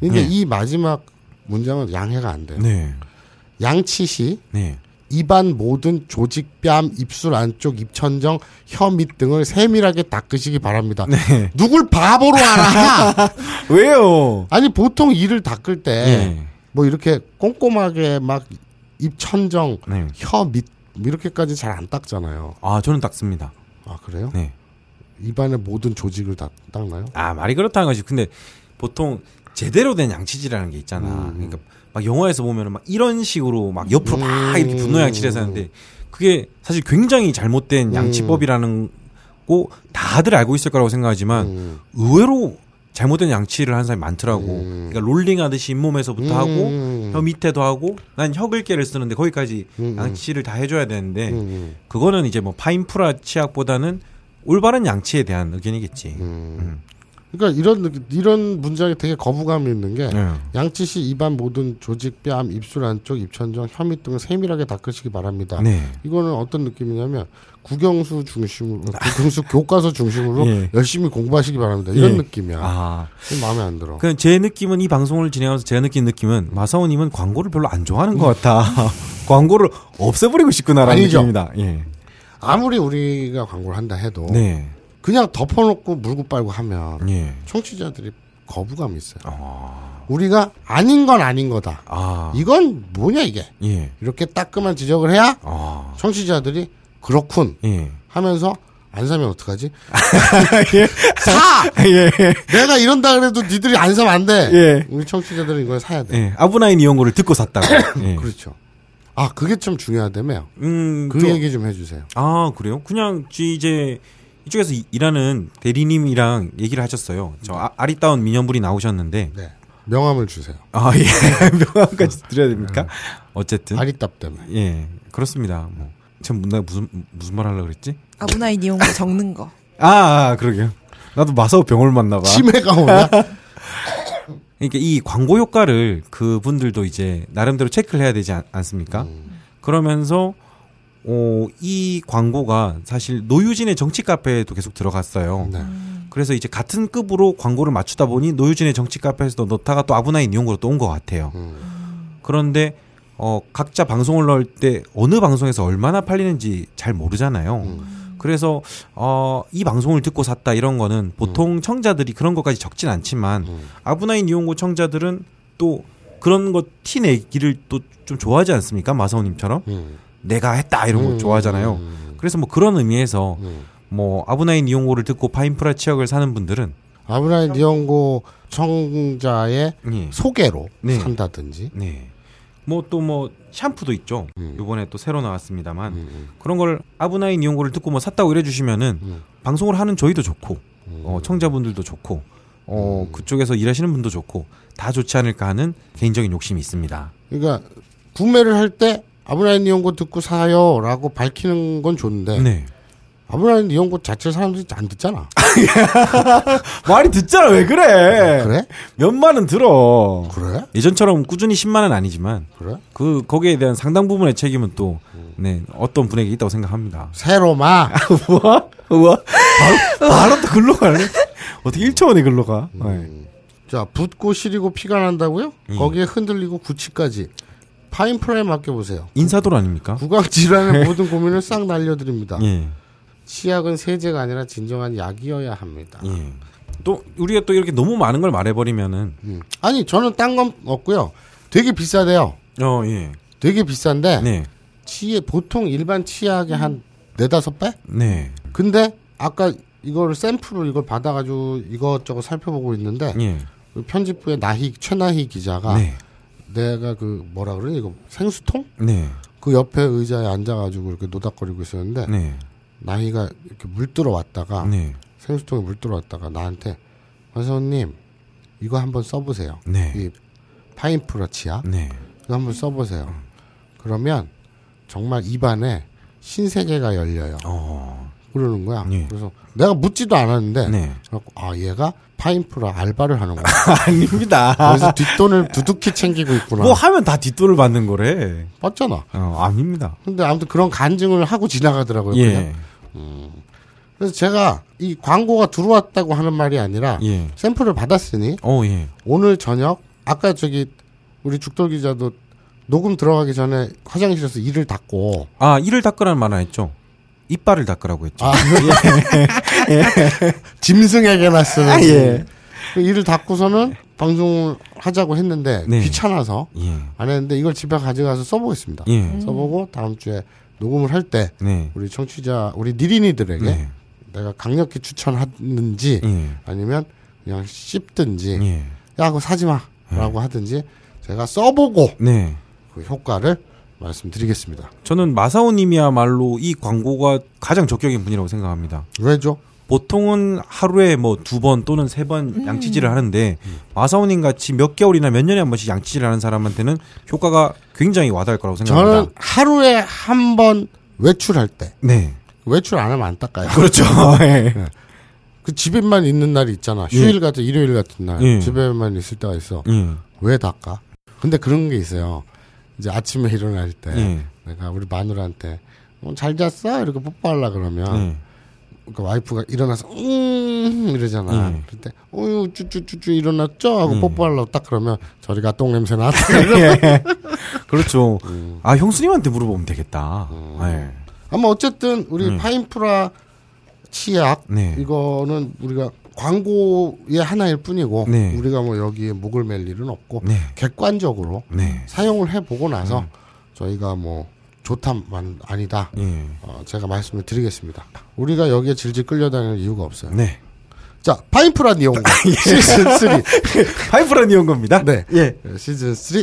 Speaker 1: 근데
Speaker 4: 예.
Speaker 1: 이 마지막 문장은 양해가 안 돼요.
Speaker 4: 네.
Speaker 1: 양치 시
Speaker 4: 네.
Speaker 1: 입안 모든 조직, 뺨, 입술 안쪽, 입천정, 혀 밑 등을 세밀하게 닦으시기 바랍니다.
Speaker 4: 네.
Speaker 1: 누굴 바보로 알아?
Speaker 4: 왜요?
Speaker 1: 아니 보통 이를 닦을 때 뭐
Speaker 4: 예.
Speaker 1: 이렇게 꼼꼼하게 막 입천정,
Speaker 4: 네.
Speaker 1: 혀 밑 이렇게까지 잘 안 닦잖아요.
Speaker 4: 아, 저는 닦습니다.
Speaker 1: 아 그래요?
Speaker 4: 네.
Speaker 1: 입안의 모든 조직을 다 닦나요?
Speaker 4: 아 말이 그렇다는 거지. 근데 보통 제대로 된 양치질이라는 게 있잖아. 그러니까 막 영화에서 보면은 막 이런 식으로 막 옆으로 막 이렇게 분노 양치를 하는데 그게 사실 굉장히 잘못된 양치법이라는 거 다들 알고 있을 거라고 생각하지만 의외로 잘못된 양치를 하는 사람이 많더라고. 그러니까 롤링 하듯이 잇몸에서부터
Speaker 1: 음.
Speaker 4: 하고 혀 밑에도 하고 난 혀글개를 쓰는데 거기까지 양치를 다 해줘야 되는데
Speaker 1: 음,
Speaker 4: 그거는 이제 뭐 파인프라 치약보다는 올바른 양치에 대한 의견이겠지.
Speaker 1: 음.
Speaker 4: 음.
Speaker 1: 그러니까 이런 느낌- 이런 문장이 되게 거부감이 있는 게
Speaker 4: 네.
Speaker 1: 양치 시 입안 모든 조직, 뺨, 입술 안쪽, 입천정, 혀 밑 등을 세밀하게 닦으시기 바랍니다.
Speaker 4: 네.
Speaker 1: 이거는 어떤 느낌이냐면 국영수 중심으로 국영수 교과서 중심으로
Speaker 4: 아. 예.
Speaker 1: 열심히 공부하시기 바랍니다. 이런
Speaker 4: 예.
Speaker 1: 느낌이야.
Speaker 4: 아,
Speaker 1: 좀 마음에 안 들어.
Speaker 4: 그냥 제 느낌은 이 방송을 진행하면서 제가 느낀 느낌은 마사오님은 광고를 별로 안 좋아하는 것 같다. 광고를 없애버리고 싶구나라는
Speaker 1: 아니죠.
Speaker 4: 느낌입니다. 예.
Speaker 1: 아무리 우리가 광고를 한다 해도
Speaker 4: 네.
Speaker 1: 그냥 덮어놓고 물고 빨고 하면
Speaker 4: 예.
Speaker 1: 청취자들이 거부감이 있어요. 우리가 아닌 건 아닌 거다.
Speaker 4: 아,
Speaker 1: 이건 뭐냐 이게
Speaker 4: 예.
Speaker 1: 이렇게 따끔한 지적을 해야
Speaker 4: 아,
Speaker 1: 청취자들이 그렇군
Speaker 4: 예.
Speaker 1: 하면서 안 사면 어떡하지? 사! 내가 이런다 그래도 니들이 안 사면 안 돼.
Speaker 4: 예.
Speaker 1: 우리 청취자들은 이걸 사야 돼.
Speaker 4: 예. 아브나인 이용고를 듣고 샀다고. 예.
Speaker 1: 그렇죠. 아 그게 참 중요하다며요.
Speaker 4: 음,
Speaker 1: 그
Speaker 4: 저-
Speaker 1: 얘기 좀 해주세요.
Speaker 4: 아, 그래요? 그냥 지- 이제 이쪽에서 이- 일하는 대리님이랑 얘기를 하셨어요. 저 아, 아리따운 미녀분이 나오셨는데.
Speaker 1: 네. 명함을 주세요.
Speaker 4: 아, 예. 명함까지 드려야 됩니까? 어쨌든.
Speaker 1: 아리따 때문에.
Speaker 4: 예, 그렇습니다. 뭐. 참, 나 무슨, 무슨 말 하려고 그랬지?
Speaker 3: 아브나인 이용고 적는 거.
Speaker 4: 아, 아, 그러게요. 나도 마사오 병을 만나봐.
Speaker 1: 치매가 오냐?
Speaker 4: 네. 그러니까 이 광고 효과를 그분들도 이제 나름대로 체크를 해야 되지 않, 습니까 그러면서, 어, 이 광고가 사실 노유진의 정치 카페에도 계속 들어갔어요.
Speaker 1: 네.
Speaker 4: 그래서 이제 같은 급으로 광고를 맞추다 보니 노유진의 정치 카페에서도 넣다가 또 아브나인 이용고로 또 온 것 같아요.
Speaker 1: 음.
Speaker 4: 그런데 어 각자 방송을 넣을 때 어느 방송에서 얼마나 팔리는지 잘 모르잖아요.
Speaker 1: 음.
Speaker 4: 그래서 어이 방송을 듣고 샀다 이런 거는 보통 청자들이 그런 것까지 적진 않지만
Speaker 1: 음.
Speaker 4: 아브나인 이용고 청자들은 또 그런 거 티 내기를 또 좀 좋아하지 않습니까? 마사오님처럼
Speaker 1: 음.
Speaker 4: 내가 했다 이런 거
Speaker 1: 음,
Speaker 4: 좋아하잖아요.
Speaker 1: 음,
Speaker 4: 그래서 뭐 그런 의미에서
Speaker 1: 음.
Speaker 4: 뭐 아브나인 이용고를 듣고 파인프라 치약을 사는 분들은
Speaker 1: 아브라인 니온고 청자의
Speaker 4: 예.
Speaker 1: 소개로
Speaker 4: 네.
Speaker 1: 산다든지.
Speaker 4: 네. 뭐 또 뭐 샴푸도 있죠.
Speaker 1: 음.
Speaker 4: 요번에 또 새로 나왔습니다만
Speaker 1: 음, 음.
Speaker 4: 그런 걸 아브나인 이용고를 듣고 뭐 샀다고 이래 주시면은
Speaker 1: 음.
Speaker 4: 방송을 하는 저희도 좋고 어 청자분들도 좋고 어 그쪽에서 일하시는 분도 좋고 다 좋지 않을까 하는 개인적인 욕심이 있습니다.
Speaker 1: 그러니까 구매를 할 때 아브라인 니온고 듣고 사요라고 밝히는 건 좋은데
Speaker 4: 네.
Speaker 1: 아브라인 니온고 자체 사람들이 안 듣잖아.
Speaker 4: 말이 듣잖아. 왜 그래?
Speaker 1: 그래?
Speaker 4: 몇만은 들어.
Speaker 1: 그래?
Speaker 4: 예전처럼 꾸준히 10만은 아니지만
Speaker 1: 그래?
Speaker 4: 그 거기에 대한 상당 부분의 책임은 또 네, 어떤 분에게 있다고 생각합니다.
Speaker 1: 새로마
Speaker 4: 우와, 우와. 바로, 바로 또 글로 가네. 어떻게 1초 만에 글로 가?
Speaker 1: 음.
Speaker 4: 네.
Speaker 1: 자 붓고 시리고 피가 난다고요?
Speaker 4: 음.
Speaker 1: 거기에 흔들리고 구취까지 파인 프라에 맡겨보세요.
Speaker 4: 인사돌 아닙니까?
Speaker 1: 구강 질환의 모든 고민을 싹 날려드립니다.
Speaker 4: 예.
Speaker 1: 치약은 세제가 아니라 진정한 약이어야 합니다.
Speaker 4: 예. 또, 우리가 또 이렇게 너무 많은 걸 말해버리면은,
Speaker 1: 음. 아니 저는 딴 건 없고요. 되게 비싸대요.
Speaker 4: 어, 예.
Speaker 1: 되게 비싼데
Speaker 4: 네.
Speaker 1: 치에 보통 일반 치약의 한 네다섯 배?
Speaker 4: 네.
Speaker 1: 근데 아까 이걸 샘플을 이걸 받아가지고 이것저것 살펴보고 있는데
Speaker 4: 예.
Speaker 1: 그 편집부의 나희 최나희 기자가
Speaker 4: 네.
Speaker 1: 내가 그 뭐라 그러니 이거 생수통
Speaker 4: 네.
Speaker 1: 그 옆에 의자에 앉아가지고 이렇게 노닥거리고 있었는데
Speaker 4: 네.
Speaker 1: 나희가 이렇게 물 들어왔다가
Speaker 4: 네.
Speaker 1: 생수통에 물 들어왔다가 나한테 선생님 이거 한번 써보세요.
Speaker 4: 네.
Speaker 1: 이 파인프러치아
Speaker 4: 네.
Speaker 1: 이거 한번 써보세요.
Speaker 4: 음.
Speaker 1: 그러면 정말 입안에 신세계가 열려요.
Speaker 4: 어.
Speaker 1: 그러는 거야.
Speaker 4: 예.
Speaker 1: 그래서 내가 묻지도 않았는데
Speaker 4: 네.
Speaker 1: 그래갖고 아 얘가 파인프라 알바를 하는 거야.
Speaker 4: 아닙니다.
Speaker 1: 그래서 뒷돈을 두둑히 챙기고 있구나.
Speaker 4: 뭐 하면 다 뒷돈을 받는 거래.
Speaker 1: 맞잖아.
Speaker 4: 어, 아닙니다.
Speaker 1: 근데 아무튼 그런 간증을 하고 지나가더라고요. 그냥.
Speaker 4: 예.
Speaker 1: 그래서 제가 이 광고가 들어왔다고 하는 말이 아니라
Speaker 4: 예.
Speaker 1: 샘플을 받았으니
Speaker 4: 어, 예.
Speaker 1: 오늘 저녁 아까 저기 우리 죽돌 기자도 녹음 들어가기 전에 화장실에서 이를 닦고
Speaker 4: 아, 이를 닦으라는 말은 했죠. 이빨을 닦으라고 했죠.
Speaker 1: 아, 짐승에게나 쓰는
Speaker 4: 아, 예.
Speaker 1: 그 이를 닦고서는 방송을 하자고 했는데
Speaker 4: 네.
Speaker 1: 귀찮아서
Speaker 4: 예.
Speaker 1: 안 했는데 이걸 집에 가져가서 써보겠습니다.
Speaker 4: 예.
Speaker 1: 써보고 다음 주에 녹음을 할 때
Speaker 4: 네.
Speaker 1: 우리 청취자 우리 니린이들에게
Speaker 4: 네.
Speaker 1: 내가 강력히 추천하는지
Speaker 4: 예.
Speaker 1: 아니면 그냥 씹든지
Speaker 4: 예.
Speaker 1: 야 그거 사지마라고 하든지 제가 써보고
Speaker 4: 네.
Speaker 1: 그 효과를 말씀드리겠습니다.
Speaker 4: 저는 마사오님이야말로 이 광고가 가장 적격인 분이라고 생각합니다.
Speaker 1: 왜죠?
Speaker 4: 보통은 하루에 뭐 두 번 또는 세 번 양치질을 하는데 마사오님 같이 몇 개월이나 몇 년에 한 번씩 양치질을 하는 사람한테는 효과가 굉장히 와닿을 거라고 생각합니다.
Speaker 1: 저는 하루에 한 번 외출할 때
Speaker 4: 네.
Speaker 1: 외출 안 하면 안 닦아요.
Speaker 4: 그렇죠. 예.
Speaker 1: 그 집에만 있는 날이 있잖아. 휴일 같은 일요일 같은 날
Speaker 4: 예.
Speaker 1: 집에만 있을 때가 있어.
Speaker 4: 예.
Speaker 1: 왜 닦아? 근데 그런 게 있어요. 이제 아침에 일어날 때
Speaker 4: 예.
Speaker 1: 내가 우리 마누라한테 어, 잘 잤어 이렇게 뽀뽀하려 그러면
Speaker 4: 예.
Speaker 1: 그 와이프가 일어나서 음 이러잖아.
Speaker 4: 예.
Speaker 1: 그때 어유 쭈쭈쭈쭈 일어났죠 하고
Speaker 4: 예.
Speaker 1: 뽀뽀하려고 딱 그러면 저리가 똥 냄새 나.
Speaker 4: 그렇죠. 아 형수님한테 물어보면 되겠다. 예.
Speaker 1: 아마 어쨌든 우리 파인프라 치약
Speaker 4: 네.
Speaker 1: 이거는 우리가 광고의 하나일 뿐이고
Speaker 4: 네.
Speaker 1: 우리가 뭐 여기에 목을 맬 일은 없고
Speaker 4: 네.
Speaker 1: 객관적으로
Speaker 4: 네.
Speaker 1: 사용을 해보고 나서 저희가 뭐 좋다만 아니다
Speaker 4: 예.
Speaker 1: 어, 제가 말씀을 드리겠습니다. 우리가 여기에 질질 끌려다니는 이유가 없어요.
Speaker 4: 네.
Speaker 1: 자 파인프라 니온과
Speaker 4: 예.
Speaker 1: 시즌 3
Speaker 4: 파이프란 이온 겁니다.
Speaker 1: 네.
Speaker 4: 예.
Speaker 1: 시즌 음. 3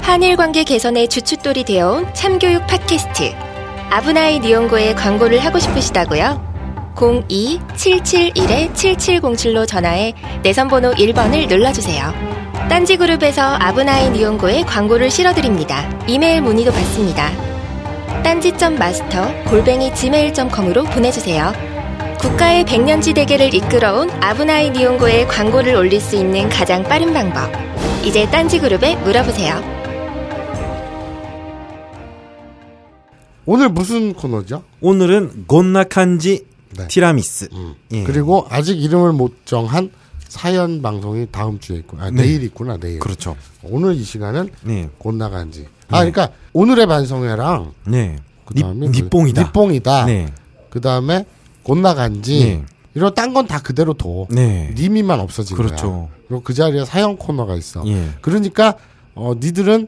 Speaker 6: 한일 관계 개선에 주춧돌이 되어온 참교육 팟캐스트 아브나이 니온고에 광고를 하고 싶으시다고요? 02-771-7707로 전화해 내선번호 1번을 눌러주세요. 딴지그룹에서 아브나이 니온고에 광고를 실어드립니다. 이메일 문의도 받습니다. 딴지.마스터 골뱅이 gmail.com으로 보내주세요. 국가의 백년지 대계를 이끌어온 아브나이 니온고에 광고를 올릴 수 있는 가장 빠른 방법. 이제 딴지그룹에 물어보세요.
Speaker 1: 오늘 무슨 코너죠?
Speaker 4: 오늘은 곤나칸지
Speaker 1: 네.
Speaker 4: 티라미스. 예.
Speaker 1: 음. 그리고 아직 이름을 못 정한 사연 방송이 다음 주에 있고 아, 내일 있구나 내일
Speaker 4: 네. 그렇죠.
Speaker 1: 오늘 이 시간은
Speaker 4: 네.
Speaker 1: 곧 나간지 아 그러니까 오늘의 반성회랑
Speaker 4: 네. 니,
Speaker 1: 그다음에 그
Speaker 4: 니뽕이다.
Speaker 1: 니뽕이다
Speaker 4: 네.
Speaker 1: 그다음에 곧 나간지
Speaker 4: 네.
Speaker 1: 이런 딴 건 다 그대로 둬
Speaker 4: 네.
Speaker 1: 님이만 없어진 거야
Speaker 4: 그렇죠.
Speaker 1: 그리고 그 자리에 사연 코너가 있어
Speaker 4: 예.
Speaker 1: 그러니까 어, 니들은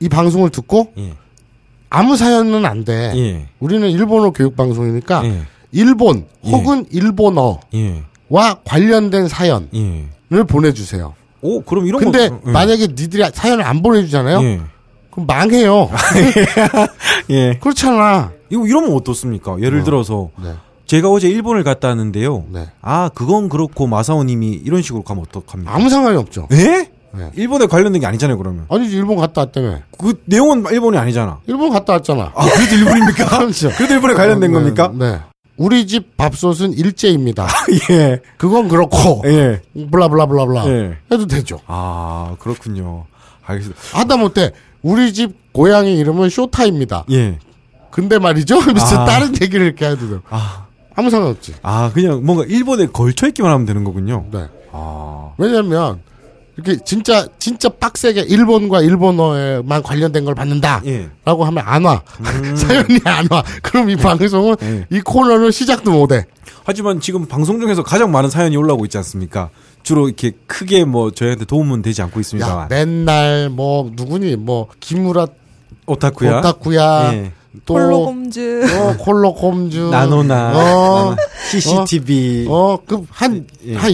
Speaker 1: 이 방송을 듣고
Speaker 4: 예.
Speaker 1: 아무 사연은 안돼
Speaker 4: 예.
Speaker 1: 우리는 일본어 교육 방송이니까
Speaker 4: 예.
Speaker 1: 일본
Speaker 4: 예.
Speaker 1: 혹은 일본어
Speaker 4: 예.
Speaker 1: 와 관련된 사연을
Speaker 4: 예. 보내주세요.
Speaker 1: 보내주세요.
Speaker 4: 오, 그럼 이런
Speaker 1: 근데
Speaker 4: 거.
Speaker 1: 만약에 니들이 사연을 안 보내주잖아요.
Speaker 4: 예.
Speaker 1: 그럼 망해요.
Speaker 4: 예.
Speaker 1: 그렇잖아.
Speaker 4: 이거 이러면 어떻습니까? 예를 들어서
Speaker 1: 네.
Speaker 4: 제가 어제 일본을 갔다 왔는데요.
Speaker 1: 네.
Speaker 4: 아, 그건 그렇고 마사오님이 이런 식으로 가면 어떡합니까?
Speaker 1: 아무 상관이 없죠.
Speaker 4: 예?
Speaker 1: 네.
Speaker 4: 일본에 관련된 게 아니잖아요, 그러면.
Speaker 1: 아니지 일본 갔다 왔다며.
Speaker 4: 그 내용은 일본이 아니잖아.
Speaker 1: 일본 갔다 왔잖아.
Speaker 4: 아, 그래도 일본입니까?
Speaker 1: 그렇죠.
Speaker 4: 그래도 일본에 관련된
Speaker 1: 네,
Speaker 4: 겁니까?
Speaker 1: 네. 우리 집 밥솥은 일제입니다.
Speaker 4: 예.
Speaker 1: 그건 그렇고
Speaker 4: 예.
Speaker 1: 블라블라블라블라
Speaker 4: 예.
Speaker 1: 해도 되죠.
Speaker 4: 아, 그렇군요. 알겠습니다.
Speaker 1: 하다못해 우리 집 고양이 이름은 쇼타입니다.
Speaker 4: 예.
Speaker 1: 근데 말이죠. 그래서
Speaker 4: 아.
Speaker 1: 다른 얘기를 이렇게 해도 돼요.
Speaker 4: 아,
Speaker 1: 아무 상관없지.
Speaker 4: 아, 그냥 뭔가 일본에 걸쳐있기만 하면 되는 거군요.
Speaker 1: 네.
Speaker 4: 아,
Speaker 1: 왜냐면 이렇게 진짜 진짜 빡세게 일본과 일본어에만 관련된 걸 받는다.
Speaker 4: 예. 음.
Speaker 1: 라고 하면 안 와. 사연이 안 와. 그럼 이 방송은
Speaker 4: 예.
Speaker 1: 이 코너는 시작도 못 해.
Speaker 4: 하지만 지금 방송 중에서 가장 많은 사연이 올라오고 있지 않습니까? 주로 이렇게 크게 뭐 저희한테 도움은 되지
Speaker 1: 야,
Speaker 4: 않고
Speaker 1: 네.
Speaker 4: 있습니다만.
Speaker 1: 맨날 뭐 누구니 뭐 김우라
Speaker 4: 오타쿠야.
Speaker 1: 오타쿠야
Speaker 4: 예.
Speaker 1: 또
Speaker 3: 폴로곰즈
Speaker 1: 어, 콜로콤즈
Speaker 4: 나노나.
Speaker 1: 어,
Speaker 4: 나노나. CCTV.
Speaker 1: 어, 그한한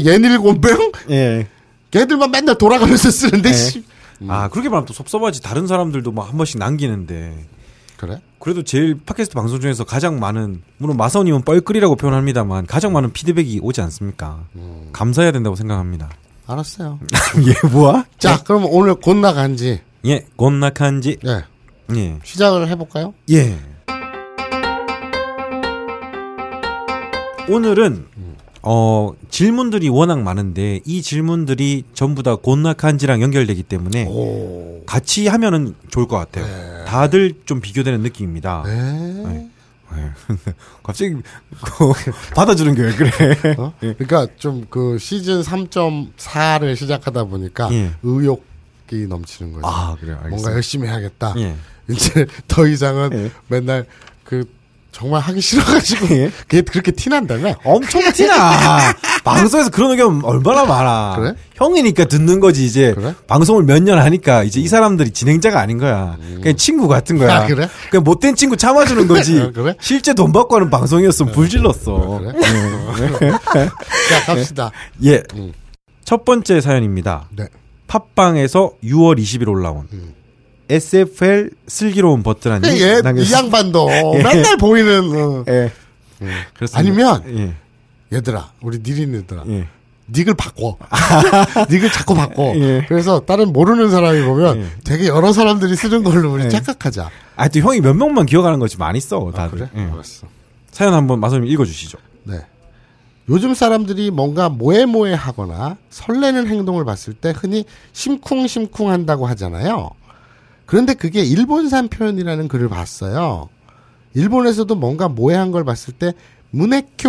Speaker 1: 예닐곱 명
Speaker 4: 예.
Speaker 1: 걔들만 맨날 돌아가면서 쓰는데
Speaker 4: 예.
Speaker 1: 씨.
Speaker 4: 아 그렇게 말하면 또 섭섭하지. 다른 사람들도 막 한 번씩 남기는데.
Speaker 1: 그래?
Speaker 4: 그래도 제일 팟캐스트 방송 중에서 가장 많은 물론 마사오님은 뻘끌이라고 표현합니다만 가장 많은 피드백이 오지 않습니까?
Speaker 1: 음.
Speaker 4: 감사해야 된다고 생각합니다.
Speaker 1: 알았어요.
Speaker 4: 예, 뭐야?
Speaker 1: 자, 그럼 오늘 곧 나간지
Speaker 4: 예, 곤낙한지
Speaker 1: 예.
Speaker 4: 예,
Speaker 1: 시작을 해 볼까요?
Speaker 4: 예. 오늘은 어 질문들이 워낙 많은데 이 질문들이 전부 다 곤낙한지랑 연결되기 때문에 같이 하면은 좋을 것 같아요. 다들 좀 비교되는 느낌입니다. 네. 갑자기 그거 받아주는 게 왜 그래?
Speaker 1: 어? 그러니까 좀 그 시즌 3.4를 시작하다 보니까
Speaker 4: 예.
Speaker 1: 의욕이 넘치는 거예요.
Speaker 4: 아 그래요.
Speaker 1: 뭔가
Speaker 4: 알겠습니다.
Speaker 1: 열심히 해야겠다.
Speaker 4: 예.
Speaker 1: 이제 더 이상은
Speaker 4: 예.
Speaker 1: 맨날 그 정말 하기 싫어가지고
Speaker 4: 예.
Speaker 1: 그게 그렇게 티난다며.
Speaker 4: 엄청 티나. 방송에서 그런 의견 얼마나 많아.
Speaker 1: 그래?
Speaker 4: 형이니까 듣는 거지 이제
Speaker 1: 그래? 음.
Speaker 4: 방송을 몇 년 하니까 이제 이 사람들이 진행자가 아닌 거야. 그냥 친구 같은 거야.
Speaker 1: 아, 그래?
Speaker 4: 냥 못된 친구 참아주는 거지.
Speaker 1: 아, 그래? 아,
Speaker 4: 실제 돈 받고 하는 방송이었으면 불질렀어.
Speaker 1: 그래? 네?
Speaker 4: 네.
Speaker 1: 자 갑시다.
Speaker 4: 예.
Speaker 1: 음.
Speaker 4: 첫 번째 사연입니다.
Speaker 1: 네.
Speaker 4: 팟빵에서 6월 20일 올라온
Speaker 1: 음.
Speaker 4: SFL 슬기로운 버튼한
Speaker 1: 근데 네. 얘, 예, 이 양반도 맨날 보이는 어.
Speaker 4: 예. 그렇습니다.
Speaker 1: 아니면
Speaker 4: 예.
Speaker 1: 얘들아 우리 니린 얘들아
Speaker 4: 예. 아.
Speaker 1: 닉을 바꿔. 닉을 자꾸 바꿔.
Speaker 4: 예.
Speaker 1: 그래서 다른 모르는 사람이 보면
Speaker 4: 예.
Speaker 1: 되게 여러 사람들이 쓰는 걸로 우리
Speaker 4: 예.
Speaker 1: 착각하자.
Speaker 4: 아, 또 형이 몇 명만 기억하는 거지 많이 써, 다들.
Speaker 1: 아, 그래?
Speaker 4: 예.
Speaker 1: 알았어.
Speaker 4: 사연 한번 마선님 읽어주시죠.
Speaker 1: 네. 요즘 사람들이 뭔가 모해모해 하거나 설레는 행동을 봤을 때 흔히 심쿵심쿵 한다고 하잖아요. 그런데 그게 일본산 표현이라는 글을 봤어요. 일본에서도 뭔가 모해한 걸 봤을 때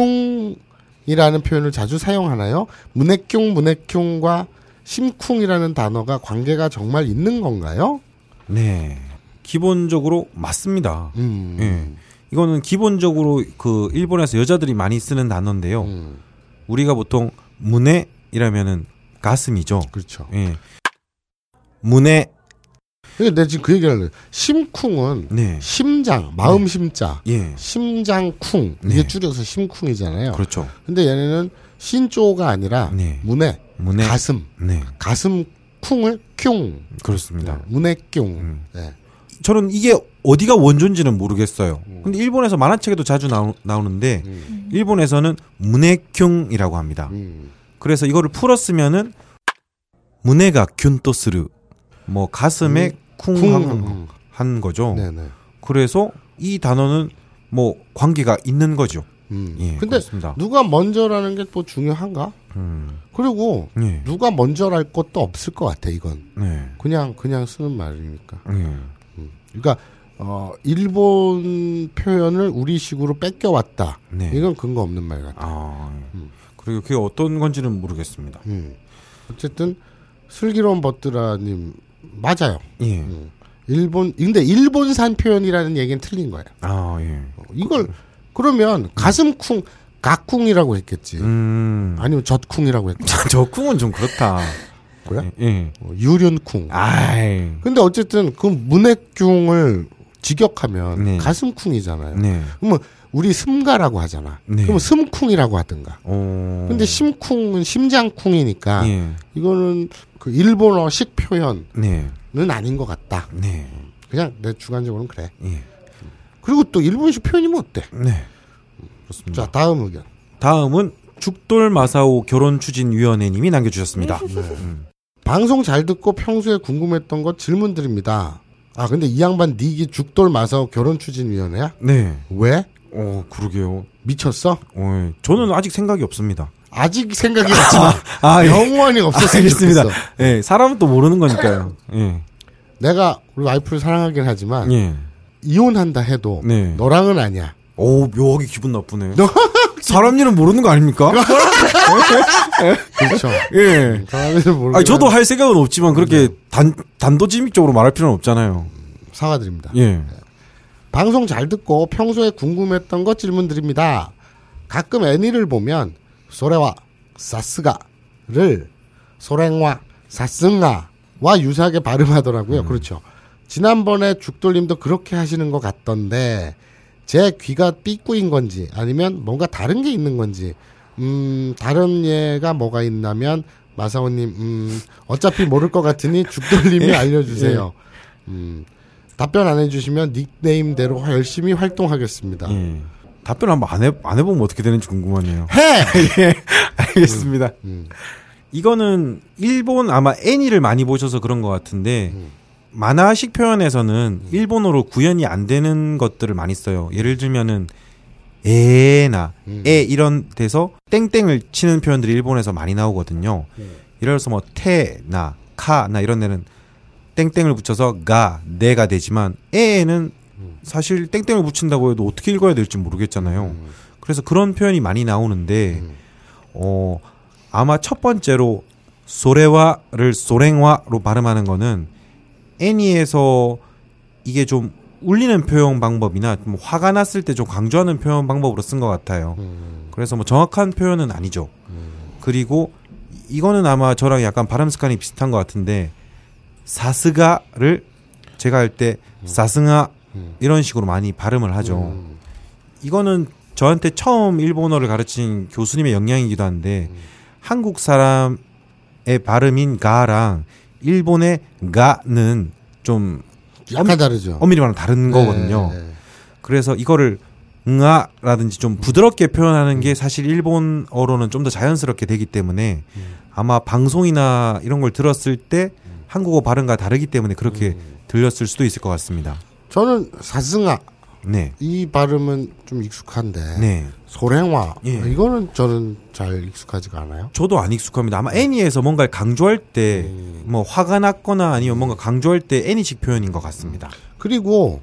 Speaker 1: 문해쁑이라는 표현을 자주 사용하나요? 문해쁑 문해쁑과 심쿵이라는 단어가 관계가 정말 있는 건가요?
Speaker 4: 네. 기본적으로 맞습니다.
Speaker 1: 음.
Speaker 4: 예. 이거는 기본적으로 그 일본에서 여자들이 많이 쓰는 단어인데요.
Speaker 1: 음,
Speaker 4: 우리가 보통 문해이라면은 가슴이죠.
Speaker 1: 그렇죠.
Speaker 4: 예. 문해.
Speaker 1: 근데 내가 지금 그 얘기를 하려고. 심쿵은
Speaker 4: 네.
Speaker 1: 심장, 마음 심자.
Speaker 4: 예.
Speaker 1: 심장쿵 이게
Speaker 4: 네.
Speaker 1: 줄여서 심쿵이잖아요.
Speaker 4: 그렇죠.
Speaker 1: 근데 얘네는 신조가 아니라
Speaker 4: 네.
Speaker 1: 문해,
Speaker 4: 문해.
Speaker 1: 가슴,
Speaker 4: 네.
Speaker 1: 가슴쿵을 쿵,
Speaker 4: 그렇습니다.
Speaker 1: 네. 문해쿵.
Speaker 4: 네. 음.
Speaker 1: 네.
Speaker 4: 저는 이게 어디가 원조인지는 모르겠어요.
Speaker 1: 음.
Speaker 4: 근데 일본에서 만화책에도 자주 나오, 나오는데 일본에서는 문해쁑이라고 합니다.
Speaker 1: 음.
Speaker 4: 그래서 이거를 풀었으면은 문해가 균또스르 뭐 가슴에 쿵
Speaker 1: 음, 쿵. 음.
Speaker 4: 하고 한 거죠.
Speaker 1: 네네.
Speaker 4: 그래서 이 단어는 뭐 관계가 있는 거죠.
Speaker 1: 음.
Speaker 4: 예,
Speaker 1: 근데
Speaker 4: 그렇습니다.
Speaker 1: 누가 먼저라는 게 또 중요한가?
Speaker 4: 음,
Speaker 1: 그리고
Speaker 4: 예,
Speaker 1: 누가 먼저랄 것도 없을 것 같아 이건.
Speaker 4: 네,
Speaker 1: 그냥 그냥 쓰는 말이니까.
Speaker 4: 예,
Speaker 1: 그러니까 어 일본 표현을 우리식으로 뺏겨왔다.
Speaker 4: 네.
Speaker 1: 이건 근거 없는 말 같아.
Speaker 4: 아, 그리고 그게 어떤 건지는 모르겠습니다.
Speaker 1: 음. 어쨌든 슬기로운 버드라님 맞아요.
Speaker 4: 예,
Speaker 1: 음. 일본 근데 일본산 표현이라는 얘기는 틀린 거예요.
Speaker 4: 아, 예,
Speaker 1: 어, 이걸 그러면 가슴쿵 가쿵이라고 했겠지.
Speaker 4: 음,
Speaker 1: 아니면 젖쿵이라고 했고
Speaker 4: 저 쿵은 좀 그렇다.
Speaker 1: 그래?
Speaker 4: 예, 예.
Speaker 1: 어, 유륜쿵.
Speaker 4: 아이,
Speaker 1: 근데 어쨌든 그 문해쁑을 직역하면
Speaker 4: 네.
Speaker 1: 가슴쿵이잖아요.
Speaker 4: 네,
Speaker 1: 그러면 우리 숨가라고 하잖아.
Speaker 4: 네.
Speaker 1: 그럼 숨쿵이라고 하든가.
Speaker 4: 어,
Speaker 1: 근데 아. 심쿵은 심장쿵이니까
Speaker 4: 예,
Speaker 1: 이거는 그 일본어식 표현은
Speaker 4: 네,
Speaker 1: 아닌 것 같다.
Speaker 4: 네,
Speaker 1: 그냥 내 주관적으로는 그래.
Speaker 4: 예,
Speaker 1: 그리고 또 일본식 표현이면 어때?
Speaker 4: 네, 그렇습니다.
Speaker 1: 자 다음 의견.
Speaker 4: 다음은 죽돌 마사오 결혼 추진 위원회님이 남겨주셨습니다. 음.
Speaker 1: 방송 잘 듣고 평소에 궁금했던 것 질문 드립니다. 아 근데 이 양반 닉이 죽돌 마사오 결혼 추진 위원회야?
Speaker 4: 네.
Speaker 1: 왜?
Speaker 4: 어 그러게요.
Speaker 1: 미쳤어?
Speaker 4: 어, 저는 아직 생각이 없습니다.
Speaker 1: 아직 생각이 없지만
Speaker 4: 아
Speaker 1: 영원히 없었으면
Speaker 4: 알겠습니다.
Speaker 1: 좋겠어.
Speaker 4: 예, 사람은 또 모르는 거니까요. 예,
Speaker 1: 내가 우리 와이프를 사랑하긴 하지만
Speaker 4: 예.
Speaker 1: 이혼한다 해도
Speaker 4: 네.
Speaker 1: 너랑은 아니야.
Speaker 4: 어, 오 묘하게 기분 나쁘네. 사람 일은 모르는 거 아닙니까?
Speaker 1: 그렇죠.
Speaker 4: 예.
Speaker 1: 사람들 모르.
Speaker 4: 아니, 저도 할 생각은 없지만 그렇게 단 단도직입적으로 말할 필요는 없잖아요.
Speaker 1: 사과드립니다.
Speaker 4: 예.
Speaker 1: 방송 잘 듣고 평소에 궁금했던 것 질문드립니다. 가끔 애니를 보면 소래와 사스가를 소랭와 사스가와 유사하게 발음하더라고요. 그렇죠. 지난번에 죽돌님도 그렇게 하시는 것 같던데 제 귀가 삐꾸인 건지 아니면 뭔가 다른 게 있는 건지 음 다른 예가 뭐가 있나면 마사오님 음 어차피 모를 것 같으니 죽돌님이 알려주세요. 음 답변 안 해주시면 닉네임대로 열심히 활동하겠습니다.
Speaker 4: 예. 답변 한번 안 해 안 해보면 어떻게 되는지 궁금하네요. 예,
Speaker 1: 해!
Speaker 4: 알겠습니다.
Speaker 1: 음.
Speaker 4: 이거는 일본 아마 애니를 많이 보셔서 그런 것 같은데 만화식 표현에서는 일본어로 구현이 안 되는 것들을 많이 써요. 예를 들면은 에나
Speaker 1: 음.
Speaker 4: 에 이런 데서 땡땡을 치는 표현들이 일본에서 많이 나오거든요. 예를 들어서 뭐 테나 카나 이런 데는 땡땡을 붙여서 가 내가 되지만 에에는 사실 땡땡을 붙인다고 해도 어떻게 읽어야 될지 모르겠잖아요. 그래서 그런 표현이 많이 나오는데 어 아마 첫 번째로 소레와를 소랭와로 발음하는 거는 애니에서 이게 좀 울리는 표현 방법이나 좀 화가 났을 때 좀 강조하는 표현 방법으로 쓴 것 같아요. 그래서 뭐 정확한 표현은 아니죠. 그리고 이- 이거는 아마 저랑 약간 발음 습관이 비슷한 것 같은데 사스가를 제가 할 때 사승아 이런 식으로 많이 발음을 하죠. 이거는 저한테 처음 일본어를 가르친 교수님의 영향이기도 한데 한국 사람의 발음인 가랑 일본의 가는 좀
Speaker 1: 약간 다르죠.
Speaker 4: 엄밀히 말하면 다른 거거든요.
Speaker 1: 네, 네.
Speaker 4: 그래서 이거를 응아라든지 좀 부드럽게 표현하는 게 사실 일본어로는 좀 더 자연스럽게 되기 때문에 아마 방송이나 이런 걸 들었을 때 한국어 발음과 다르기 때문에 그렇게 들렸을 수도 있을 것 같습니다.
Speaker 1: 저는 사승아
Speaker 4: 네.
Speaker 1: 이 발음은 좀 익숙한데
Speaker 4: 네.
Speaker 1: 소랭화
Speaker 4: 예.
Speaker 1: 이거는 저는 잘 익숙하지가 않아요.
Speaker 4: 저도 안 익숙합니다. 아마 애니에서 뭔가를 강조할 때
Speaker 1: 음.
Speaker 4: 뭐 화가 났거나 아니면 뭔가 강조할 때 애니식 표현인 것 같습니다.
Speaker 1: 그리고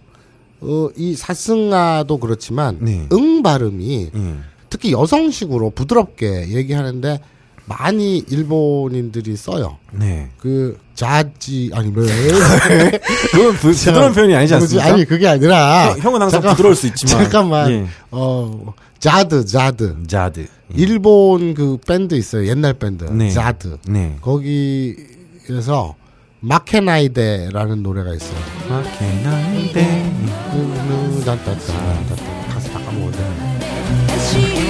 Speaker 1: 어, 이 사승아도 그렇지만
Speaker 4: 네.
Speaker 1: 응 발음이
Speaker 4: 예.
Speaker 1: 특히 여성식으로 부드럽게 얘기하는데 많이 일본인들이 써요.
Speaker 4: 네.
Speaker 1: 그 자지 아니 뭐
Speaker 4: 그건 부, 드러운 표현이 아니지
Speaker 1: 뭐지?
Speaker 4: 않습니까?
Speaker 1: 아니 그게 아니라
Speaker 4: 형- 형은 항상
Speaker 1: 잠깐-
Speaker 4: 부드러울 수 있지만
Speaker 1: 잠깐만
Speaker 4: 예.
Speaker 1: 어 자드 자드
Speaker 4: 자드.
Speaker 1: 일본 그 밴드 있어요 옛날 밴드
Speaker 4: 네.
Speaker 1: 자드
Speaker 4: 네.
Speaker 1: 거기에서 마케나이데라는 노래가 있어요
Speaker 4: 마케나이데.
Speaker 1: 따따따따따. 가사 다 까먹었네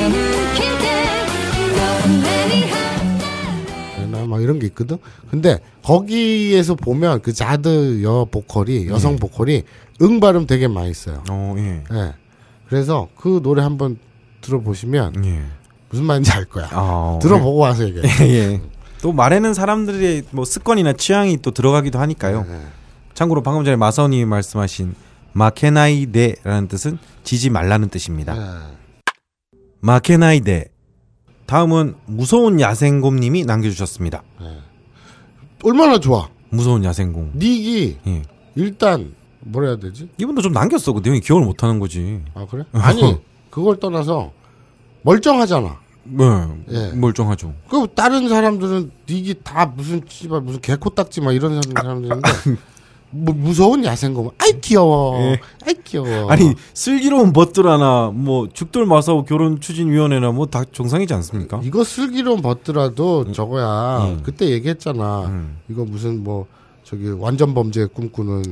Speaker 1: 나막 이런 게 있거든 근데 거기에서 보면 그 자드 여 보컬이
Speaker 4: 네.
Speaker 1: 여성 보컬이 응 발음 되게 많이 써요
Speaker 4: 어, 예.
Speaker 1: 예 그래서 그 노래 한번 들어보시면
Speaker 4: 예.
Speaker 1: 무슨 말인지 알 거야
Speaker 4: 아,
Speaker 1: 들어보고 와서 얘기해
Speaker 4: 예. 또 말에는 사람들의 뭐 습관이나 취향이 또 들어가기도 하니까요.
Speaker 1: 네.
Speaker 4: 참고로 방금 전에 마선이 말씀하신 마케나이데라는 뜻은 지지 말라는 뜻입니다.
Speaker 1: 네.
Speaker 4: 마케나이데. 다음은 무서운 야생곰님이 남겨주셨습니다.
Speaker 1: 얼마나 좋아
Speaker 4: 무서운 야생곰.
Speaker 1: 닉이
Speaker 4: 예.
Speaker 1: 일단 뭐라 해야 되지?
Speaker 4: 이분도 좀 남겼어. 근데 형이 기억을 못하는 거지.
Speaker 1: 아 그래? 아니 그걸 떠나서 멀쩡하잖아.
Speaker 4: 네,
Speaker 1: 예.
Speaker 4: 멀쩡하죠.
Speaker 1: 그 다른 사람들은 닉이 다 무슨 씨발 무슨 개코딱지 막 이런 사람- 사람들인데 뭐 무서운 야생곰 아이 귀여워 아이 귀여워
Speaker 4: 예. 아니 슬기로운 벗들 하나, 뭐 죽돌 마사오 결혼 추진 위원회나 뭐 다 정상이지 않습니까?
Speaker 1: 이거 슬기로운 벗더라도 저거야 그때 얘기했잖아
Speaker 4: 음.
Speaker 1: 이거 무슨 뭐 저기 완전 범죄 꿈꾸는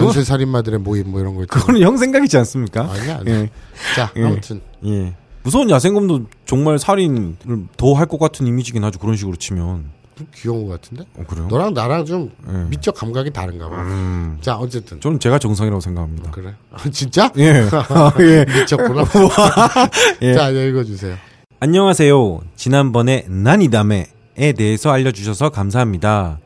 Speaker 1: 연쇄 살인마들의 모임 뭐 이런 거 있잖아
Speaker 4: 아, 그거는 형 생각이지 않습니까?
Speaker 1: 아니야 아니야
Speaker 4: 예.
Speaker 1: 자
Speaker 4: 예.
Speaker 1: 아무튼
Speaker 4: 예. 무서운 야생검도 정말 살인을 더 할 것 같은 이미지긴 하죠. 그런 식으로 치면.
Speaker 1: 좀 귀여운 것 같은데
Speaker 4: 어, 그래요?
Speaker 1: 너랑 나랑 좀
Speaker 4: 예. 음.
Speaker 1: 미적 감각이 다른가 봐. 자 어쨌든
Speaker 4: 저는 제가 정상이라고 생각합니다.
Speaker 1: 그래. 아, 진짜?
Speaker 4: 예. 아, 예.
Speaker 1: 미쳤구나.
Speaker 4: 예.
Speaker 1: 자 이제 읽어주세요.
Speaker 4: 안녕하세요. 지난번에 난이담에에 대해서 알려주셔서 감사합니다.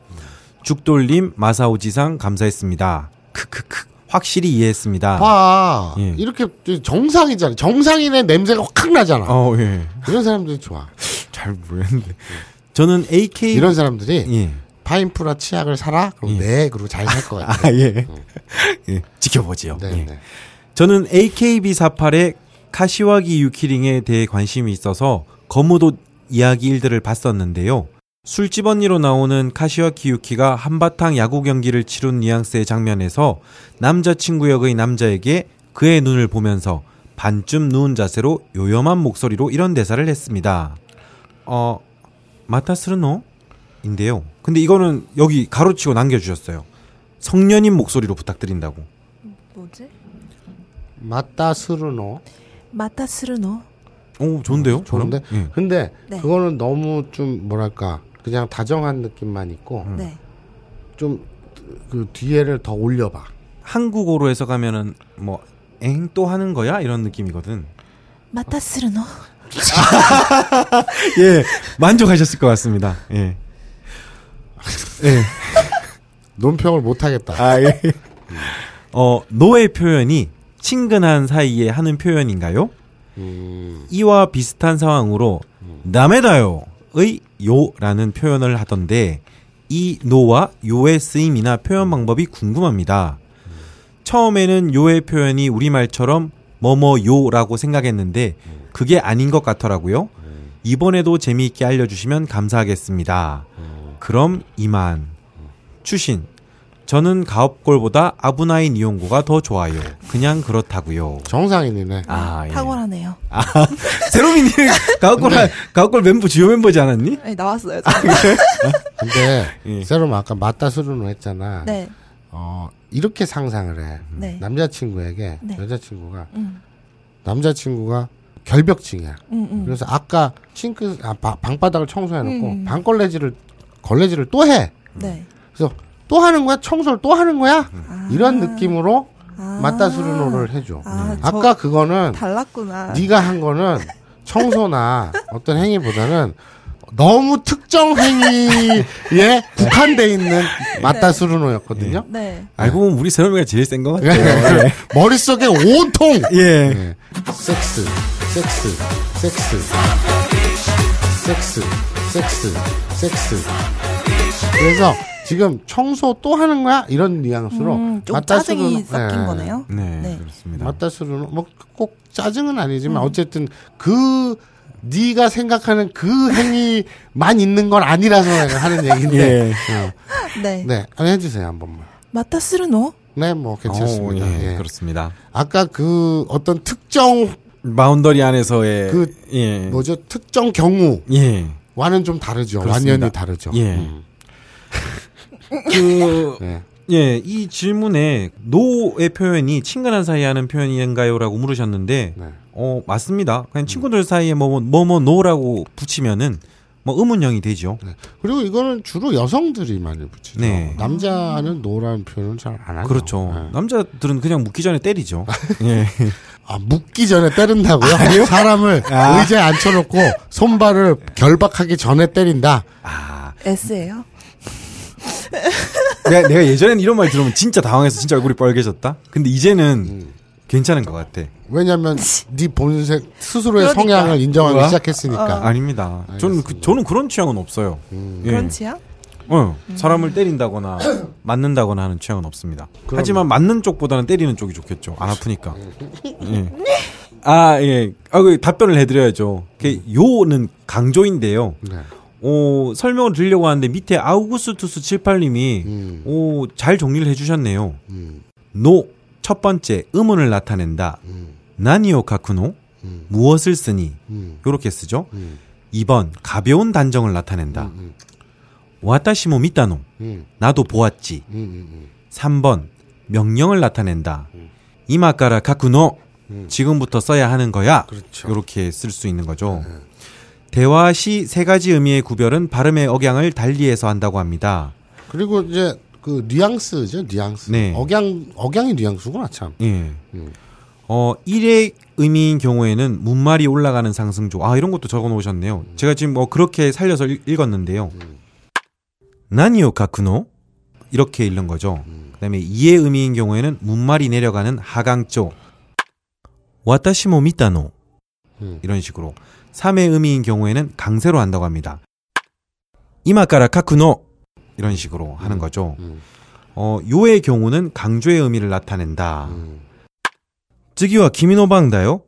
Speaker 4: 죽돌님, 마사오지상 감사했습니다. 크크크. 확실히 이해했습니다.
Speaker 1: 봐
Speaker 4: 예.
Speaker 1: 아, 이렇게 정상이잖아. 정상인의 냄새가 확 나잖아.
Speaker 4: 어, 예.
Speaker 1: 이런 사람들이 좋아.
Speaker 4: 잘 모르겠는데. 저는 AK.
Speaker 1: 이런 사람들이
Speaker 4: 예.
Speaker 1: 파인프라 치약을 사라. 그럼
Speaker 4: 예.
Speaker 1: 네, 그리고 잘 살 것 같아.
Speaker 4: 아, 예. 예. 지켜보지요.
Speaker 1: 네,
Speaker 4: 예.
Speaker 1: 네.
Speaker 4: 저는 AKB48의 카시와기 유키링에 대해 관심이 있어서 거무도 이야기 일들을 봤었는데요. 술집 언니로 나오는 카시와키 유키가 한바탕 야구 경기를 치룬 뉘앙스의 장면에서 남자친구 역의 남자에게 그의 눈을 보면서 반쯤 누운 자세로 요염한 목소리로 이런 대사를 했습니다. 어, 마타스르노? 인데요. 근데 이거는 여기 가로치고 남겨주셨어요. 성년인 목소리로 부탁드린다고.
Speaker 3: 뭐지?
Speaker 1: 맞다 스르노.
Speaker 3: 마타 스르노.
Speaker 4: 오, 좋은데요? 그럼?
Speaker 1: 좋은데?
Speaker 4: 예.
Speaker 1: 근데
Speaker 3: 네.
Speaker 1: 그거는 너무 좀 뭐랄까 그냥 다정한 느낌만 있고
Speaker 3: 네.
Speaker 1: 좀 그 뒤에를 더 올려봐.
Speaker 4: 한국어로 해서 가면은 뭐 엥 또 하는 거야 이런 느낌이거든.
Speaker 3: 마타 스르노.
Speaker 4: 예, 만족하셨을 것 같습니다. 예.
Speaker 1: 논평을 못 하겠다.
Speaker 4: 아 예. 어 노의 표현이 친근한 사이에 하는 표현인가요?
Speaker 1: 음,
Speaker 4: 이와 비슷한 상황으로 남에다요의 요라는 표현을 하던데 이 노와 요의 쓰임이나 표현 방법이 궁금합니다. 처음에는 요의 표현이 우리말처럼 뭐뭐 요라고 생각했는데 그게 아닌 것 같더라고요. 이번에도 재미있게 알려주시면 감사하겠습니다. 그럼 이만 추신 저는 가업골보다 아부나인 이용고가 더 좋아요. 그냥 그렇다고요.
Speaker 1: 정상인이네.
Speaker 4: 아, 예.
Speaker 3: 탁월하네요.
Speaker 4: 세로미님 가옥골
Speaker 1: 네.
Speaker 4: 가옥골 멤버 주요 멤버지 않았니?
Speaker 3: 아니, 네, 나왔어요.
Speaker 1: 근데
Speaker 4: 예.
Speaker 1: 세롬 아까 맞다 스르노 했잖아.
Speaker 3: 네.
Speaker 1: 어 이렇게 상상을 해.
Speaker 3: 네.
Speaker 1: 남자친구에게
Speaker 3: 네.
Speaker 1: 여자친구가
Speaker 3: 음.
Speaker 1: 남자친구가 결벽증이야.
Speaker 3: 음, 음.
Speaker 1: 그래서 아까 싱크 아, 바- 방바닥을 청소해놓고
Speaker 3: 음.
Speaker 1: 방걸레질을 걸레질을 또 해.
Speaker 3: 네.
Speaker 1: 그래서 또 하는 거야 청소를 또 하는 거야
Speaker 3: 아.
Speaker 1: 이런 느낌으로
Speaker 3: 아.
Speaker 1: 맞다 수르노를 해줘.
Speaker 3: 아,
Speaker 1: 아, 까 그거는
Speaker 3: 달랐구나.
Speaker 1: 아. 네가 한 거는 청소나 어떤 행위보다는 너무 특정 행위에 국한돼 있는 맞다 수르노였거든요.
Speaker 3: 네.
Speaker 4: 알고 보면 우리 세로미가 제일 센 것 같아요.
Speaker 1: 네. 머릿속에 온통
Speaker 4: 네. 예.
Speaker 1: 예. 섹스, 섹스, 섹스, 섹스, 섹스, 섹스. 그래서 지금 청소 또 하는 거야 이런 뉘앙스로
Speaker 3: 음, 좀
Speaker 1: 맞다
Speaker 3: 짜증이
Speaker 1: 수르노-
Speaker 3: 섞인
Speaker 1: 예.
Speaker 3: 거네요.
Speaker 4: 네,
Speaker 3: 네.
Speaker 4: 그렇습니다. 음.
Speaker 1: 맞다 수르는 뭐꼭 짜증은 아니지만 어쨌든 그 네가 생각하는 그 행위만 있는 건 아니라서 내가 하는 얘기인데.
Speaker 4: 예.
Speaker 1: 어.
Speaker 3: 네.
Speaker 1: 네, 아니, 해주세요 한 번만.
Speaker 3: 마타 스르노.
Speaker 1: 네, 뭐 괜찮습니다.
Speaker 4: 오, 예,
Speaker 1: 예.
Speaker 4: 그렇습니다.
Speaker 1: 아까 그 어떤 특정
Speaker 4: 마운더리 안에서의
Speaker 1: 그
Speaker 4: 예.
Speaker 1: 뭐죠 특정 경우와는
Speaker 4: 예.
Speaker 1: 좀 다르죠.
Speaker 4: 그렇습니다.
Speaker 1: 완연히 다르죠.
Speaker 4: 예.
Speaker 1: 음.
Speaker 4: 그
Speaker 1: 네.
Speaker 4: 예, 이 질문에 노의 표현이 친근한 사이에 하는 표현인가요라고 물으셨는데
Speaker 1: 네.
Speaker 4: 어, 맞습니다. 그냥 친구들 사이에 뭐뭐 뭐뭐 노라고 붙이면은 뭐 음운형이 되죠.
Speaker 1: 그리고 이거는 주로 여성들이 많이 붙이죠.
Speaker 4: 네.
Speaker 1: 남자는 노란 표현을 잘 안 하죠.
Speaker 4: 그렇죠.
Speaker 1: 네.
Speaker 4: 남자들은 그냥 묻기 전에 때리죠. 예.
Speaker 1: 아, 묻기 전에
Speaker 4: 아,
Speaker 1: 때린다고요? 사람을 의자에 앉혀놓고 손발을 결박하기 전에 때린다.
Speaker 4: 아,
Speaker 3: S예요.
Speaker 4: 내가, 내가 예전에는 이런 말 들으면 진짜 당황해서 진짜 얼굴이 빨개졌다? 근데 이제는 괜찮은 것 같아.
Speaker 1: 왜냐면 네 본색 스스로의
Speaker 3: 그러니까.
Speaker 1: 성향을 인정하기
Speaker 4: 뭐야?
Speaker 1: 시작했으니까.
Speaker 4: 아닙니다. 저는, 그, 저는 그런 취향은 없어요. 예.
Speaker 3: 그런 취향?
Speaker 4: 어, 사람을 때린다거나 맞는다거나 하는 취향은 없습니다. 하지만 맞는 쪽보다는 때리는 쪽이 좋겠죠. 안 아프니까. 예. 아, 예. 아, 그 답변을 해드려야죠. 그 요는 강조인데요.
Speaker 1: 음. 네.
Speaker 4: 어, 설명을 드리려고 하는데 밑에 아우구스투스 78님이
Speaker 1: 음,
Speaker 4: 오, 잘 정리를 해주셨네요.
Speaker 1: 음,
Speaker 4: 노. 첫 번째, 음운을 나타낸다.
Speaker 1: 음,
Speaker 4: 나니오 카쿠노.
Speaker 1: 음,
Speaker 4: 무엇을 쓰니?
Speaker 1: 음,
Speaker 4: 요렇게 쓰죠.
Speaker 1: 음,
Speaker 4: 2번, 가벼운 단정을 나타낸다.
Speaker 1: 음,
Speaker 4: 와타시모 미타노.
Speaker 1: 음,
Speaker 4: 나도 보았지.
Speaker 1: 음, 음,
Speaker 4: 3번, 명령을 나타낸다. 이마카라 카쿠노.
Speaker 1: 음.
Speaker 4: 지금부터 써야 하는 거야.
Speaker 1: 그렇죠. 음.
Speaker 4: 요렇게 쓸 수 있는 거죠. 대화 시 세 가지 의미의 구별은 발음의 억양을 달리해서 한다고 합니다.
Speaker 1: 그리고 이제 그 뉘앙스죠, 뉘앙스.
Speaker 4: 네.
Speaker 1: 억양 억양이 뉘앙스구나 참.
Speaker 4: 예.
Speaker 1: 음.
Speaker 4: 어, 1의 의미인 경우에는 문말이 올라가는 상승조. 아, 이런 것도 적어 놓으셨네요. 제가 지금 뭐 그렇게 살려서 읽- 읽었는데요. 나니요 가쿠노? 이렇게 읽는 거죠. 그 다음에 2의 의미인 경우에는 문말이 내려가는 하강조. 와타시모 미타노.
Speaker 1: 음.
Speaker 4: 이런 식으로. 3의 의미인 경우에는 강세로 한다고 합니다. 이마카라 카쿠노. 이런 식으로 하는 거죠.
Speaker 1: 음,
Speaker 4: 어, 요의 경우는 강조의 의미를 나타낸다.
Speaker 1: 음.
Speaker 4: 쯔기와 기미노방다요?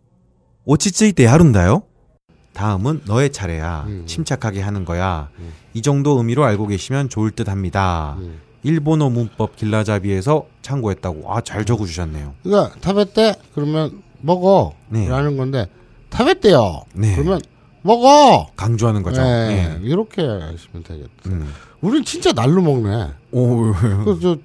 Speaker 4: 오치츠이테 하룬다요? 다음은 너의 차례야.
Speaker 1: 음.
Speaker 4: 침착하게 하는 거야.
Speaker 1: 음.
Speaker 4: 이 정도 의미로 알고 계시면 좋을 듯 합니다.
Speaker 1: 음.
Speaker 4: 일본어 문법 길라잡이에서 참고했다고. 아,
Speaker 1: 음.
Speaker 4: 잘 적어주셨네요.
Speaker 1: 그러니까 타베 때 그러면 먹어
Speaker 4: 네.
Speaker 1: 라는 건데 타베 때요.
Speaker 4: 네.
Speaker 1: 그러면 먹어.
Speaker 4: 강조하는 거죠.
Speaker 1: 네.
Speaker 4: 예.
Speaker 1: 이렇게 하시면 되겠다.
Speaker 4: 음.
Speaker 1: 우린 진짜 날로 먹네.
Speaker 4: 오,
Speaker 1: 그저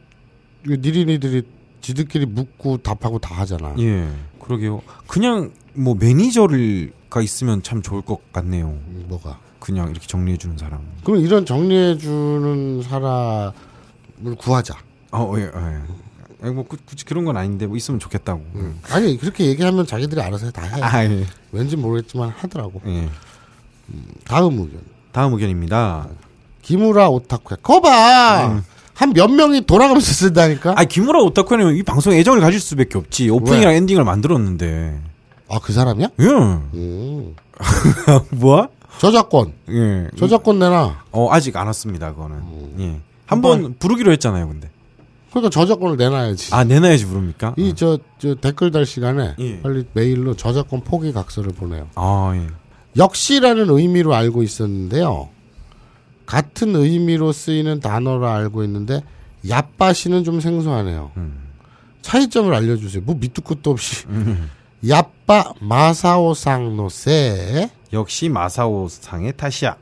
Speaker 1: 니린이들이 지들끼리 묻고 답하고 다 하잖아.
Speaker 4: 예. 그러게요. 그냥 뭐 매니저를가 있으면 참 좋을 것 같네요.
Speaker 1: 음, 뭐가?
Speaker 4: 그냥 이렇게 정리해 주는 사람.
Speaker 1: 그럼 이런 정리해 주는 사람을 구하자.
Speaker 4: 아,
Speaker 1: 어,
Speaker 4: 예, 예. 아니, 뭐 구- 굳이 그런 건 아닌데 뭐 있으면 좋겠다고.
Speaker 1: 음. 아니 그렇게 얘기하면 자기들이 알아서 다 해.
Speaker 4: 아, 예.
Speaker 1: 왠지 모르겠지만 하더라고.
Speaker 4: 예.
Speaker 1: 다음 의견.
Speaker 4: 다음 의견입니다.
Speaker 1: 기무라 오타쿠야. 거봐. 한 몇 명이 돌아가면서 쓴다니까.
Speaker 4: 음. 아, 김우라 오타쿠는 이 방송에 애정을 가질 수밖에 없지. 오프닝이랑 엔딩을 만들었는데.
Speaker 1: 아 그 사람이야?
Speaker 4: 예.
Speaker 1: 음.
Speaker 4: 뭐야?
Speaker 1: 저작권.
Speaker 4: 예.
Speaker 1: 저작권 내놔.
Speaker 4: 어, 아직 안 왔습니다,
Speaker 1: 음.
Speaker 4: 그거는. 예. 한번 부르기로 했잖아요, 근데.
Speaker 1: 그러니까 저작권을 내놔야지.
Speaker 4: 아, 내놔야지 부릅니까?
Speaker 1: 이 저 저 댓글 달 시간에
Speaker 4: 예.
Speaker 1: 빨리 메일로 저작권 포기 각서를 보내요.
Speaker 4: 아, 예.
Speaker 1: 역시라는 의미로 알고 있었는데요. 같은 의미로 쓰이는 단어라 알고 있는데 얍바시는 좀 생소하네요.
Speaker 4: 음.
Speaker 1: 차이점을 알려주세요. 뭐 밑도 끝도 없이
Speaker 4: 음.
Speaker 1: 얍바 마사오상노세
Speaker 4: 역시 마사오 상의 탓이야.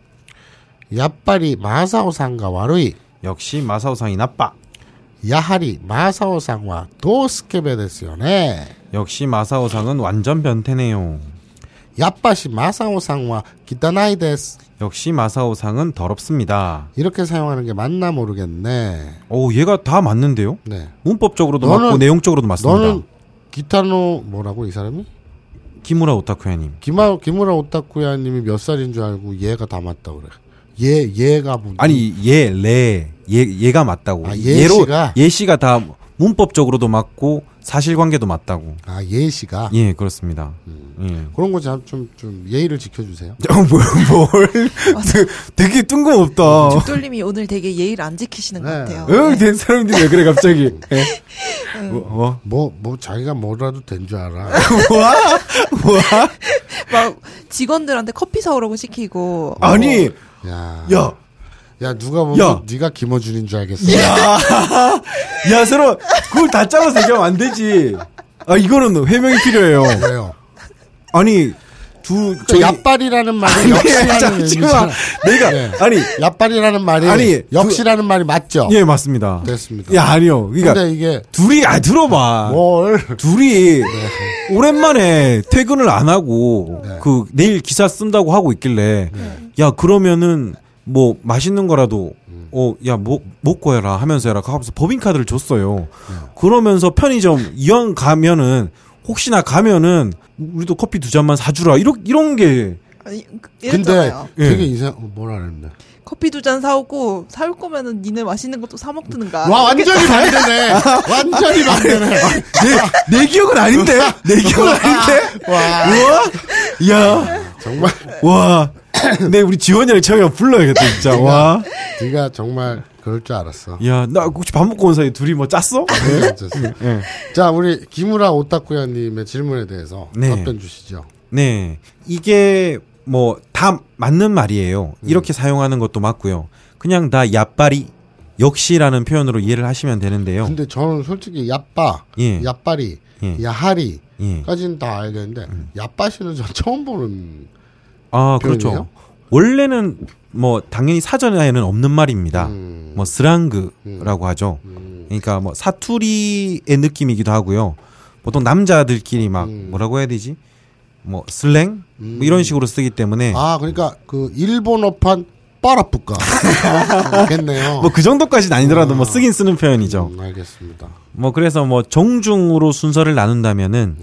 Speaker 1: 얍바리 마사오상가와루이
Speaker 4: 역시 마사오 상이 나빠.
Speaker 1: 야하리 마사오상와 도스케베데스요네
Speaker 4: 역시 마사오 상은 완전 변태네요.
Speaker 1: 얍바시 마사오상와 기타나이데스
Speaker 4: 역시 마사오 상은 더럽습니다.
Speaker 1: 이렇게 사용하는 게 맞나 모르겠네.
Speaker 4: 오, 얘가 다 맞는데요?
Speaker 1: 네.
Speaker 4: 문법적으로도
Speaker 1: 너는-
Speaker 4: 맞고 내용적으로도 맞습니다.
Speaker 1: 너는 기타노 뭐라고 이 사람이?
Speaker 4: 김우라 오타쿠야님.
Speaker 1: 김하, 김우라 오타쿠야님이 몇 살인 줄 알고 얘가 다 맞다 그래. 얘 얘가 뭐
Speaker 4: 아니 예, 얘, 레, 얘, 얘가 맞다고.
Speaker 1: 아, 얘
Speaker 4: 얘로-
Speaker 1: 씨가?
Speaker 4: 얘 씨가 다 문법적으로도 맞고 사실관계도 맞다고.
Speaker 1: 아 예시가
Speaker 4: 예, 그렇습니다. 예.
Speaker 1: 그런 거 좀 좀 예의를 지켜주세요.
Speaker 4: 어, 뭘, 뭘. 되게 뜬금없다.
Speaker 3: 죽돌님이 오늘 되게 예의를 안 지키시는 것
Speaker 1: 네.
Speaker 3: 같아요.
Speaker 4: 응,
Speaker 3: 어. 네.
Speaker 4: 된 사람들이 왜 그래, 갑자기. 예. 뭐, 뭐?
Speaker 1: 뭐 뭐 자기가 뭐라도 된 줄 알아.
Speaker 4: 뭐?
Speaker 3: 네. 막 직원들한테 커피 사오라고 시키고
Speaker 1: 어.
Speaker 4: 아니,
Speaker 1: 야,
Speaker 4: 야,
Speaker 1: 야 누가 보면
Speaker 4: 야.
Speaker 1: 네가 김어준인 줄 알겠어.
Speaker 4: 야, 서로, 그걸 다 짜고서 얘기하면 안 되지. 아, 이거는 해명이 필요해요.
Speaker 1: 왜요?
Speaker 4: 아니, 두, 예,
Speaker 1: 저 얍발이라는 말이 역시라는
Speaker 4: 잠시만.
Speaker 1: 의미잖아.
Speaker 4: 내가,
Speaker 1: 네.
Speaker 4: 아니,
Speaker 1: 얍발이라는 말이
Speaker 4: 아니,
Speaker 1: 역시라는 말이 맞죠?
Speaker 4: 예, 맞습니다.
Speaker 1: 됐습니다.
Speaker 4: 야, 아니요. 그러니까,
Speaker 1: 근데 이게
Speaker 4: 둘이, 아, 들어봐.
Speaker 1: 뭘
Speaker 4: 아. 둘이 네. 오랜만에 퇴근을 안 하고 그 내일 기사 쓴다고 하고 있길래 야 그러면은 뭐 맛있는 거라도 어야뭐 먹고 해라 하면서 해라 하면서 법인카드를 줬어요. 그러면서 편의점 이왕 가면은 혹시나 가면은 우리도 커피 두 잔만 사주라 이런 이런 게
Speaker 3: 아니, 그-
Speaker 1: 근데
Speaker 3: 이랬잖아요.
Speaker 4: 예.
Speaker 1: 되게 이상 어, 뭐라 그랬나?
Speaker 3: 커피 두 잔 사오고 사올 거면은 니네 맛있는 것도 사 먹든가.
Speaker 1: 와 완전히 반대네. 완전히 반대네.
Speaker 4: 아, 내, 내 기억은 아닌데 내 기억은 아닌데
Speaker 1: 와
Speaker 4: 와야와
Speaker 1: 정말
Speaker 4: 내 우리 지원이랑 차이가 불러야겠다 진짜 와.
Speaker 1: 네가 정말 그럴 줄 알았어.
Speaker 4: 야, 나 혹시 밥 먹고 온 사이 에 둘이 뭐 짰어?
Speaker 1: 어쨌든.
Speaker 4: 예.
Speaker 1: 자 우리 김우라 오타쿠야님의 질문에 대해서
Speaker 4: 네.
Speaker 1: 답변 주시죠.
Speaker 4: 네. 이게 뭐 다 맞는 말이에요.
Speaker 1: 음.
Speaker 4: 이렇게 사용하는 것도 맞고요. 그냥 나 야빠리 역시라는 표현으로 이해를 하시면 되는데요.
Speaker 1: 근데 저는 솔직히 야빠,
Speaker 4: 예.
Speaker 1: 야빠리,
Speaker 4: 예.
Speaker 1: 야하리까지는
Speaker 4: 예. 음.
Speaker 1: 다 알겠는데 야빠시는 전 처음 보는.
Speaker 4: 아, 그렇죠.
Speaker 1: 표현이에요?
Speaker 4: 원래는 뭐 당연히 사전에는 없는 말입니다.
Speaker 1: 음.
Speaker 4: 뭐 스랑그라고 하죠. 그러니까 뭐 사투리의 느낌이기도 하고요. 보통 남자들끼리 막
Speaker 1: 음.
Speaker 4: 뭐라고 해야 되지? 뭐 슬랭 뭐 이런 식으로 쓰기 때문에
Speaker 1: 아 그러니까 그 일본어판 빠라뿌까 알겠네요.
Speaker 4: 뭐 그 정도까지는 아니더라도 뭐 쓰긴 쓰는 표현이죠.
Speaker 1: 음, 알겠습니다.
Speaker 4: 뭐 그래서 뭐 정중으로 순서를 나눈다면은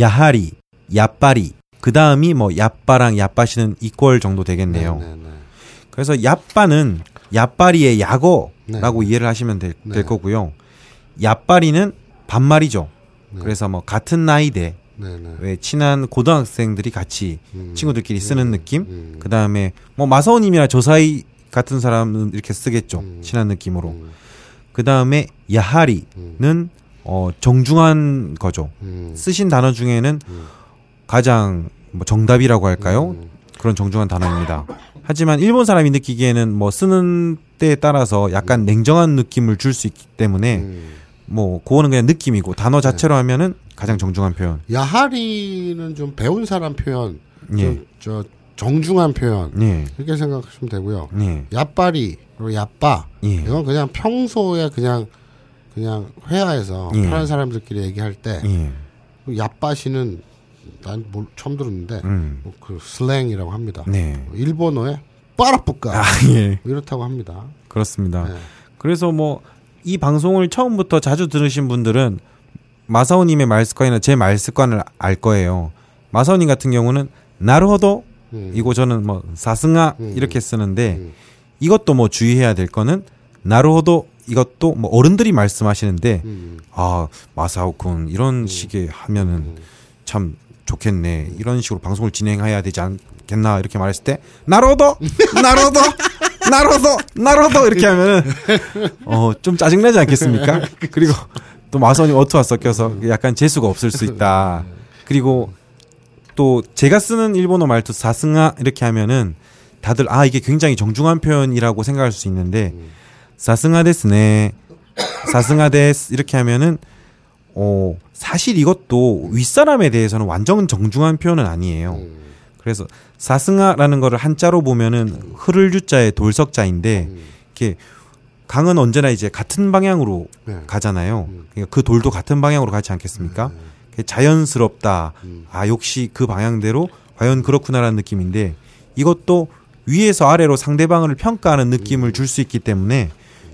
Speaker 4: 야하리, 야빠리, 그 다음이 뭐 야빠랑 야빠시는 이퀄 정도 되겠네요.
Speaker 1: 네네.
Speaker 4: 그래서 야빠는 야빠리의 약어라고 이해를 하시면 될,
Speaker 1: 네.
Speaker 4: 될 거고요. 야빠리는 반말이죠. 그래서 뭐 같은 나이대
Speaker 1: 네네.
Speaker 4: 왜 친한 고등학생들이 같이 친구들끼리 쓰는 느낌.
Speaker 1: 음.
Speaker 4: 그 다음에 뭐 마사오님이나 조사이 같은 사람은 이렇게 쓰겠죠.
Speaker 1: 음.
Speaker 4: 친한 느낌으로.
Speaker 1: 음.
Speaker 4: 그 다음에 야하리는 어, 정중한 거죠.
Speaker 1: 음.
Speaker 4: 쓰신 단어 중에는 가장 뭐 정답이라고 할까요?
Speaker 1: 음,
Speaker 4: 그런 정중한 단어입니다. 하지만 일본 사람이 느끼기에는 뭐 쓰는 때에 따라서 약간 냉정한 느낌을 줄 수 있기 때문에
Speaker 1: 음. 네.
Speaker 4: 뭐 그거는 그냥 느낌이고 단어 자체로 하면은 가장 정중한 표현.
Speaker 1: 야하리는 좀 배운 사람 표현,
Speaker 4: 예.
Speaker 1: 저, 저 정중한 표현
Speaker 4: 예.
Speaker 1: 이렇게 생각하시면 되고요.
Speaker 4: 예.
Speaker 1: 야빠리 그리고 야빠
Speaker 4: 예.
Speaker 1: 이건 그냥 평소에 그냥 그냥 회화에서
Speaker 4: 예.
Speaker 1: 편한 사람들끼리 얘기할 때
Speaker 4: 예.
Speaker 1: 야빠시는 난 뭘- 처음 들었는데
Speaker 4: 음.
Speaker 1: 뭐그 슬랭이라고 합니다.
Speaker 4: 네.
Speaker 1: 일본어에 빠라뿌까
Speaker 4: 아, 예.
Speaker 1: 이렇다고 합니다.
Speaker 4: 그렇습니다.
Speaker 1: 네.
Speaker 4: 그래서 뭐 이 방송을 처음부터 자주 들으신 분들은 마사오님의 말 습관이나 제 말 습관을 알 거예요. 마사오님 같은 경우는 나루호도
Speaker 1: 음.
Speaker 4: 이고 저는 뭐 사승아
Speaker 1: 음.
Speaker 4: 이렇게 쓰는데
Speaker 1: 음.
Speaker 4: 이것도 뭐 주의해야 될 거는 나루호도 이것도 뭐 어른들이 말씀하시는데
Speaker 1: 음.
Speaker 4: 아 마사오군 이런 식의 하면은 참 좋겠네 이런 식으로 방송을 진행해야 되지 않겠나 이렇게 말했을 때 나로도 나로도 나로도 나로도 이렇게 하면은 어 좀 짜증나지 않겠습니까 그리고 또 마사오님 어투와 섞여서 약간 재수가 없을 수 있다 그리고 또 제가 쓰는 일본어 말투 사승아 이렇게 하면은 다들 아 이게 굉장히 정중한 표현이라고 생각할 수 있는데 사승아 데스네 사승아 데스 이렇게 하면은 어 사실 이것도 윗사람에 대해서는 완전 정중한 표현은 아니에요. 그래서 사승아라는 거를 한자로 보면은 흐를 유자의 돌석자인데
Speaker 1: 음.
Speaker 4: 이렇게 강은 언제나 이제 같은 방향으로
Speaker 1: 네.
Speaker 4: 가잖아요. 그러니까 그 돌도 같은 방향으로 가지 않겠습니까? 그게 자연스럽다.
Speaker 1: 음.
Speaker 4: 아 역시 그 방향대로 과연 그렇구나라는 느낌인데 이것도 위에서 아래로 상대방을 평가하는
Speaker 1: 음.
Speaker 4: 느낌을 줄 수 있기 때문에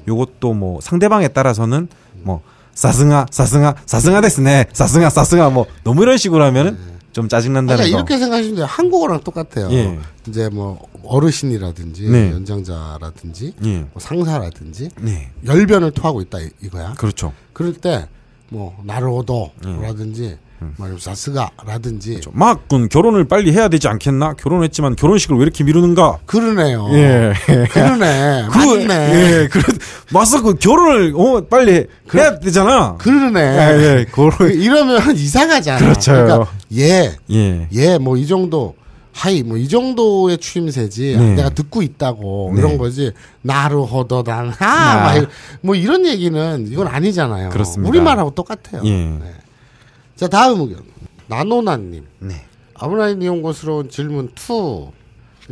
Speaker 4: 요것도 뭐 상대방에 따라서는
Speaker 1: 음.
Speaker 4: 뭐 사승아 사승아 사승아 됐네 사승아 사승아 뭐 너무 이런 식으로 하면은 좀 짜증난다는
Speaker 1: 네. 아니,
Speaker 4: 거.
Speaker 1: 이렇게 생각하시면 돼요. 한국어랑 똑같아요.
Speaker 4: 예.
Speaker 1: 이제 뭐 어르신이라든지
Speaker 4: 네.
Speaker 1: 연장자라든지
Speaker 4: 예.
Speaker 1: 뭐 상사라든지
Speaker 4: 네.
Speaker 1: 열변을 토하고 있다 이- 이거야.
Speaker 4: 그렇죠.
Speaker 1: 그럴 때 뭐 나로도라든지
Speaker 4: 음.
Speaker 1: 뭐 사스가라든지
Speaker 4: 막군 결혼을 빨리 해야 되지 않겠나? 결혼했지만 결혼식을 왜 이렇게 미루는가?
Speaker 1: 그러네요.
Speaker 4: 예.
Speaker 1: 그러네.
Speaker 4: 그,
Speaker 1: 맞네.
Speaker 4: 예, 그, 맞서 그 결혼을, 어, 빨리 해야 되잖아.
Speaker 1: 그러네.
Speaker 4: 예, 예,
Speaker 1: 그
Speaker 4: 그걸-
Speaker 1: 이러면 이상하잖아.
Speaker 4: 그렇죠.
Speaker 1: 그러니까 예,
Speaker 4: 예.
Speaker 1: 예, 뭐 이 정도. 하이 뭐 이 정도의 추임새지
Speaker 4: 네.
Speaker 1: 내가 듣고 있다고
Speaker 4: 네.
Speaker 1: 이런 거지 나루 허더단
Speaker 4: 아.
Speaker 1: 하뭐 이런 얘기는 이건 아니잖아요.
Speaker 4: 그렇습니다.
Speaker 1: 우리말하고 똑같아요.
Speaker 4: 예.
Speaker 1: 네. 자 다음 의견 나노나님
Speaker 4: 네.
Speaker 1: 아브라인 니온고스러운 질문 2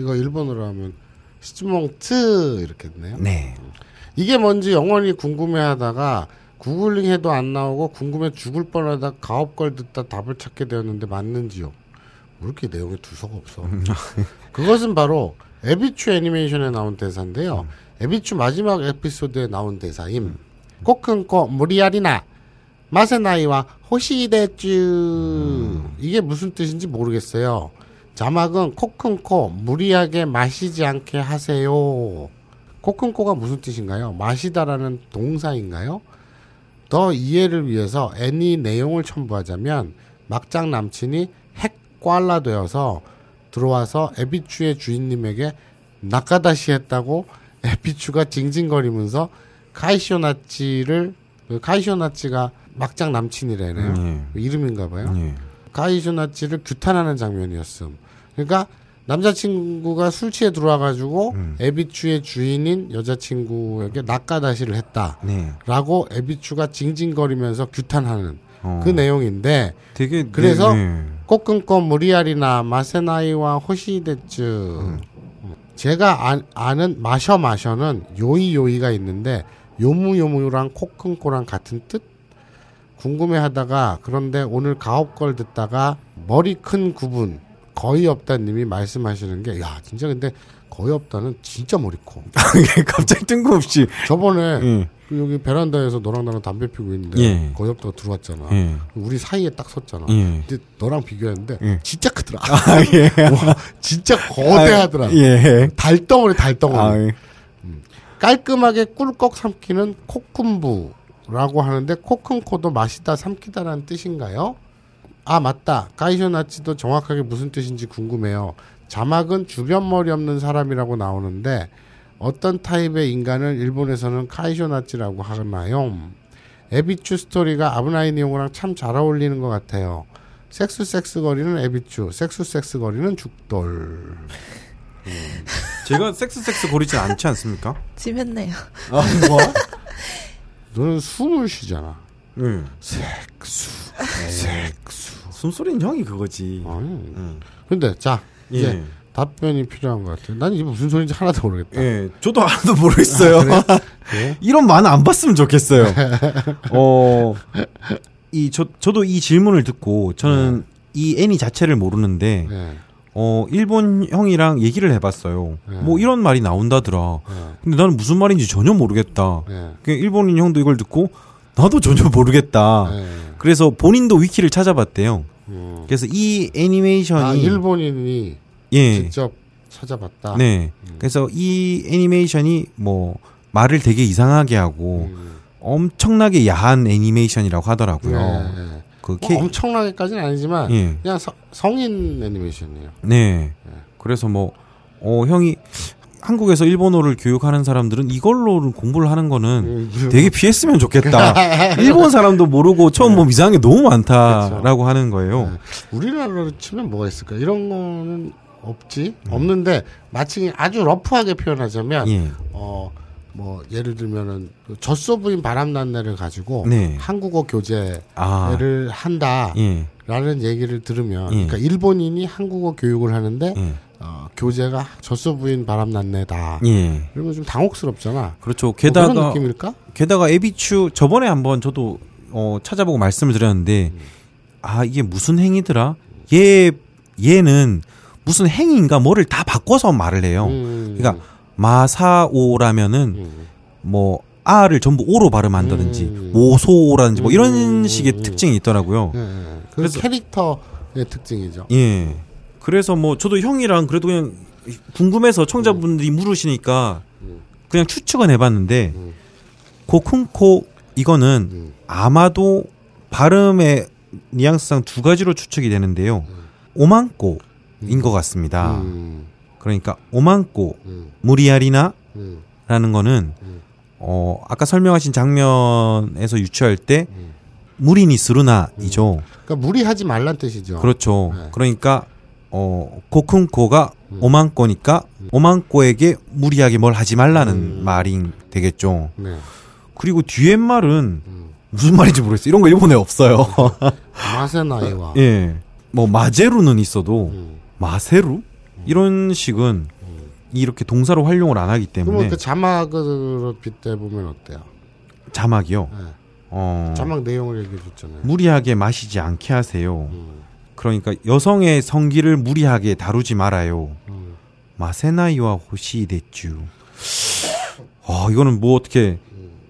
Speaker 1: 이거 일본어로 하면 시즈몽트 이렇게 했네요.
Speaker 4: 네.
Speaker 1: 이게 뭔지 영원히 궁금해하다가 구글링 해도 안 나오고 궁금해 죽을 뻔하다 가업걸 듣다 답을 찾게 되었는데 맞는지요? 왜 이렇게 내용에 두서가 없어? 그것은 바로 에비추 애니메이션에 나온 대사인데요. 에비추 마지막 에피소드에 나온 대사임. 코큰코 무리하리나 마세나이와 호시데쭈 이게 무슨 뜻인지 모르겠어요. 자막은 코큰코 무리하게 마시지 않게 하세요. 코큰코가 무슨 뜻인가요? 마시다라는 동사인가요? 더 이해를 위해서 애니 내용을 첨부하자면 막장 남친이 핵꽐라 되어서 들어와서 에비추의 주인님에게 나카다시 했다고 에비추가 징징거리면서 카이쇼나치를 그 카이쇼나치가 막장 남친이래네요.
Speaker 4: 예.
Speaker 1: 이름인가 봐요.
Speaker 4: 예.
Speaker 1: 가이쇼나치를 규탄하는 장면이었음. 그러니까 남자친구가 술 취해 들어와가지고
Speaker 4: 음.
Speaker 1: 에비추의 주인인 여자친구에게 낙가다시를 했다.
Speaker 4: 네.
Speaker 1: 라고 에비추가 징징거리면서 규탄하는
Speaker 4: 어.
Speaker 1: 그 내용인데
Speaker 4: 되게. 네,
Speaker 1: 그래서
Speaker 4: 네.
Speaker 1: 꼬끈꼬 무리아리나 마세나이와 호시데츠 제가 아, 아는 마셔 마셔는 요이 요이가 있는데 요무요무랑 코끈꼬랑 같은 뜻 궁금해하다가 그런데 오늘 가업걸 듣다가 머리 큰 구분 거의 없다님이 말씀하시는 게 야 진짜 근데 거의 없다는 진짜 머리 커
Speaker 4: 갑자기 뜬금없이.
Speaker 1: 저번에
Speaker 4: 예.
Speaker 1: 그 여기 베란다에서 너랑 나랑 담배 피고 있는데
Speaker 4: 예.
Speaker 1: 거의 없다가 들어왔잖아
Speaker 4: 예.
Speaker 1: 우리 사이에 딱 섰잖아
Speaker 4: 예.
Speaker 1: 근데 너랑 비교했는데
Speaker 4: 예.
Speaker 1: 진짜 크더라.
Speaker 4: 아, 예.
Speaker 1: 와, 진짜 거대하더라.
Speaker 4: 아, 예.
Speaker 1: 달덩어리 달덩어리.
Speaker 4: 아, 예.
Speaker 1: 깔끔하게 꿀꺽 삼키는 코쿤부라고 하는데 코쿤코도 마시다 삼키다라는 뜻인가요? 아 맞다. 가이쇼나치도 정확하게 무슨 뜻인지 궁금해요. 자막은 주변 머리 없는 사람이라고 나오는데 어떤 타입의 인간을 일본에서는 카이쇼나치라고 하나요? 에비추 스토리가 아브나이 니용이랑 참 잘 어울리는 것 같아요. 섹스 섹스 거리는 에비추, 섹스 섹스 거리는 죽돌.
Speaker 4: 제가 섹스 섹스 고리지 않지 않습니까?
Speaker 3: 짐했네요.
Speaker 4: 아, 뭐?
Speaker 1: 너는 숨을 쉬잖아.
Speaker 4: 응.
Speaker 1: 섹수, 섹수.
Speaker 4: 예. 숨소리는 형이 그거지.
Speaker 1: 아니.
Speaker 4: 응.
Speaker 1: 근데 자
Speaker 4: 어. 음. 예.
Speaker 1: 이제 답변이 필요한 것 같아. 난 이게 무슨 소리인지 하나도 모르겠다.
Speaker 4: 예, 저도 하나도 모르겠어요.
Speaker 1: 예?
Speaker 4: 이런 만 안 봤으면 좋겠어요. 어, 이, 저, 저도 이 질문을 듣고, 저는 이 애니 자체를 모르는데,
Speaker 1: 예.
Speaker 4: 어, 일본 형이랑 얘기를 해봤어요.
Speaker 1: 네.
Speaker 4: 뭐 이런 말이 나온다더라.
Speaker 1: 예.
Speaker 4: 근데 나는 무슨 말인지 전혀 모르겠다.
Speaker 1: 예.
Speaker 4: 그 일본인 형도 이걸 듣고, 나도 전혀 모르겠다.
Speaker 1: 예.
Speaker 4: 그래서 본인도 위키를 찾아봤대요.
Speaker 1: 음.
Speaker 4: 그래서 이 애니메이션이
Speaker 1: 아, 일본인이
Speaker 4: 예,
Speaker 1: 직접 찾아봤다. 음.
Speaker 4: 네. 그래서 이 애니메이션이 뭐 말을 되게 이상하게 하고
Speaker 1: 음.
Speaker 4: 엄청나게 야한 애니메이션이라고
Speaker 1: 네.
Speaker 4: 하더라고요.
Speaker 1: 네.
Speaker 4: 그
Speaker 1: 뭐
Speaker 4: K-
Speaker 1: 엄청나게까지는 아니지만
Speaker 4: 예.
Speaker 1: 그냥 서- 성인 애니메이션이에요.
Speaker 4: 네. 그래서 뭐 어, 형이 한국에서 일본어를 교육하는 사람들은 이걸로 공부를 하는
Speaker 1: 음.
Speaker 4: 거는
Speaker 1: 예,
Speaker 4: 되게 피했으면 좋겠다. 일본 사람도 모르고
Speaker 1: 네.
Speaker 4: 처음 보면 이상한 게
Speaker 1: 그렇죠.
Speaker 4: 너무 많다라고 하는 거예요.
Speaker 1: 우리나라로 치면 뭐가 있을까? 이런 거는 없지. 없는데 마치 아주 러프하게 표현하자면
Speaker 4: 음. 예.
Speaker 1: 어 뭐 예를 들면은 그 젖소부인 바람난내를 가지고
Speaker 4: 네.
Speaker 1: 한국어 교재를
Speaker 4: 아.
Speaker 1: 한다라는
Speaker 4: 예.
Speaker 1: 얘기를 들으면
Speaker 4: 예.
Speaker 1: 그러니까 일본인이 한국어 교육을 하는데
Speaker 4: 예.
Speaker 1: 어, 교재가 젖소부인 바람난내다.
Speaker 4: 예.
Speaker 1: 이러면 좀 당혹스럽잖아.
Speaker 4: 그렇죠.
Speaker 1: 게다가
Speaker 4: 게다가
Speaker 1: 뭐
Speaker 4: 어,
Speaker 1: 그런 느낌일까?
Speaker 4: 게다가 에비추 저번에 한번 저도 어, 찾아보고 말씀을 드렸는데
Speaker 1: 음.
Speaker 4: 아 이게 무슨 행위더라? 얘 얘는 무슨 행위인가 뭐를 다 바꿔서 말을 해요.
Speaker 1: 음.
Speaker 4: 그러니까 마사오라면은
Speaker 1: 음.
Speaker 4: 뭐 아를 전부 오로 발음한다든지
Speaker 1: 음.
Speaker 4: 모소라든지 뭐 이런
Speaker 1: 음.
Speaker 4: 식의 특징이 있더라고요.
Speaker 1: 예, 예. 그
Speaker 4: 그래서-
Speaker 1: 캐릭터의 특징이죠.
Speaker 4: 예. 그래서 뭐 저도 형이랑 그래도 그냥 궁금해서
Speaker 1: 음.
Speaker 4: 청자분들이 물으시니까 그냥 추측은 해봤는데 고쿤코 이거는
Speaker 1: 음.
Speaker 4: 아마도 발음의 뉘앙스상 두 가지로 추측이 되는데요. 오만꼬인 것 같습니다.
Speaker 1: 음.
Speaker 4: 그러니까 오만꼬
Speaker 1: 음.
Speaker 4: 무리하리나라는
Speaker 1: 음.
Speaker 4: 거는
Speaker 1: 음.
Speaker 4: 어 아까 설명하신 장면에서 유추할 때
Speaker 1: 음.
Speaker 4: 무리니 스루나이죠.
Speaker 1: 그러니까 무리하지 말란 뜻이죠.
Speaker 4: 그렇죠.
Speaker 1: 네. 음.
Speaker 4: 그러니까 어 고쿤코가 오만꼬니까 오만꼬에게 무리하게 뭘 하지
Speaker 1: 음.
Speaker 4: 말라는 말이 되겠죠.
Speaker 1: 네.
Speaker 4: 그리고 뒤에 말은
Speaker 1: 음.
Speaker 4: 무슨 말인지 모르겠어요. 이런 거 일본에 없어요.
Speaker 1: 맛의 나이와
Speaker 4: 예. 뭐 마제루는 있어도
Speaker 1: 음.
Speaker 4: 마세루 이런 식은 이렇게 동사로 활용을 안 하기
Speaker 1: 그러면
Speaker 4: 때문에
Speaker 1: 그 자막으로 빗대 보면 어때요?
Speaker 4: 자막이요.
Speaker 1: 네.
Speaker 4: 어
Speaker 1: 자막 내용을 얘기해 줬잖아요.
Speaker 4: 무리하게 마시지 않게 하세요.
Speaker 1: 음.
Speaker 4: 그러니까 여성의 성기를 무리하게 다루지 말아요.
Speaker 1: 음.
Speaker 4: 마세나이와 호시데츄. 아, 이거는 뭐 어떻게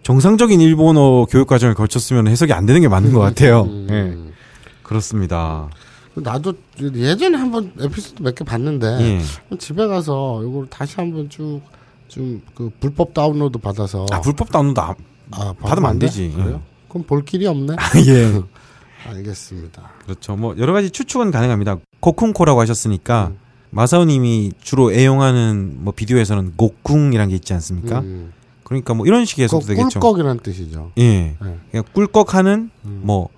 Speaker 4: 정상적인 일본어 교육 과정을 거쳤으면 해석이 안 되는 게 맞는 것 같아요. 예.
Speaker 1: 음.
Speaker 4: 그렇습니다.
Speaker 1: 나도 예전에 한번 에피소드 몇 개 봤는데
Speaker 4: 예.
Speaker 1: 어, 집에 가서 이걸 다시 한번 쭉 좀 그 불법 다운로드 받아서
Speaker 4: 아, 불법 다운로드 안-
Speaker 1: 아,
Speaker 4: 받으면 안
Speaker 1: 돼?
Speaker 4: 되지.
Speaker 1: 그래요? 그럼 볼 길이 없네.
Speaker 4: 예.
Speaker 1: 알겠습니다.
Speaker 4: 그렇죠. 뭐 여러 가지 추측은 가능합니다. 고쿤코라고 하셨으니까
Speaker 1: 음.
Speaker 4: 마사오 님이 주로 애용하는 뭐 비디오에서는 고쿵이라는 게 있지 않습니까?
Speaker 1: 음.
Speaker 4: 그러니까 뭐 이런 식에서도
Speaker 1: 그
Speaker 4: 되겠죠.
Speaker 1: 꿀꺽이란 뜻이죠. 음.
Speaker 4: 예.
Speaker 1: 네.
Speaker 4: 그냥 꿀꺽하는 뭐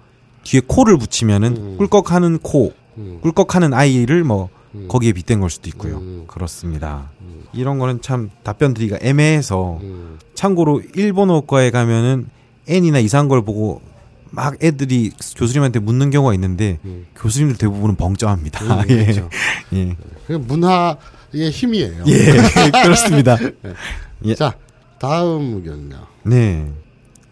Speaker 4: 뒤에 코를 붙이면은
Speaker 1: 음.
Speaker 4: 꿀꺽하는 코,
Speaker 1: 음.
Speaker 4: 꿀꺽하는 아이를 뭐
Speaker 1: 음.
Speaker 4: 거기에 빗댄 걸 수도 있고요.
Speaker 1: 음.
Speaker 4: 그렇습니다. 이런 거는 참 답변 드리기가 애매해서
Speaker 1: 음.
Speaker 4: 참고로 일본어과에 가면은 N이나 이상한 걸 보고 막 애들이 교수님한테 묻는 경우가 있는데
Speaker 1: 음.
Speaker 4: 교수님들 대부분은 벙쪄합니다.
Speaker 1: 음, 그렇죠.
Speaker 4: 예. 예.
Speaker 1: 그 문화의 힘이에요.
Speaker 4: 예. 그렇습니다. 예.
Speaker 1: 자, 다음 의견요.
Speaker 4: 네.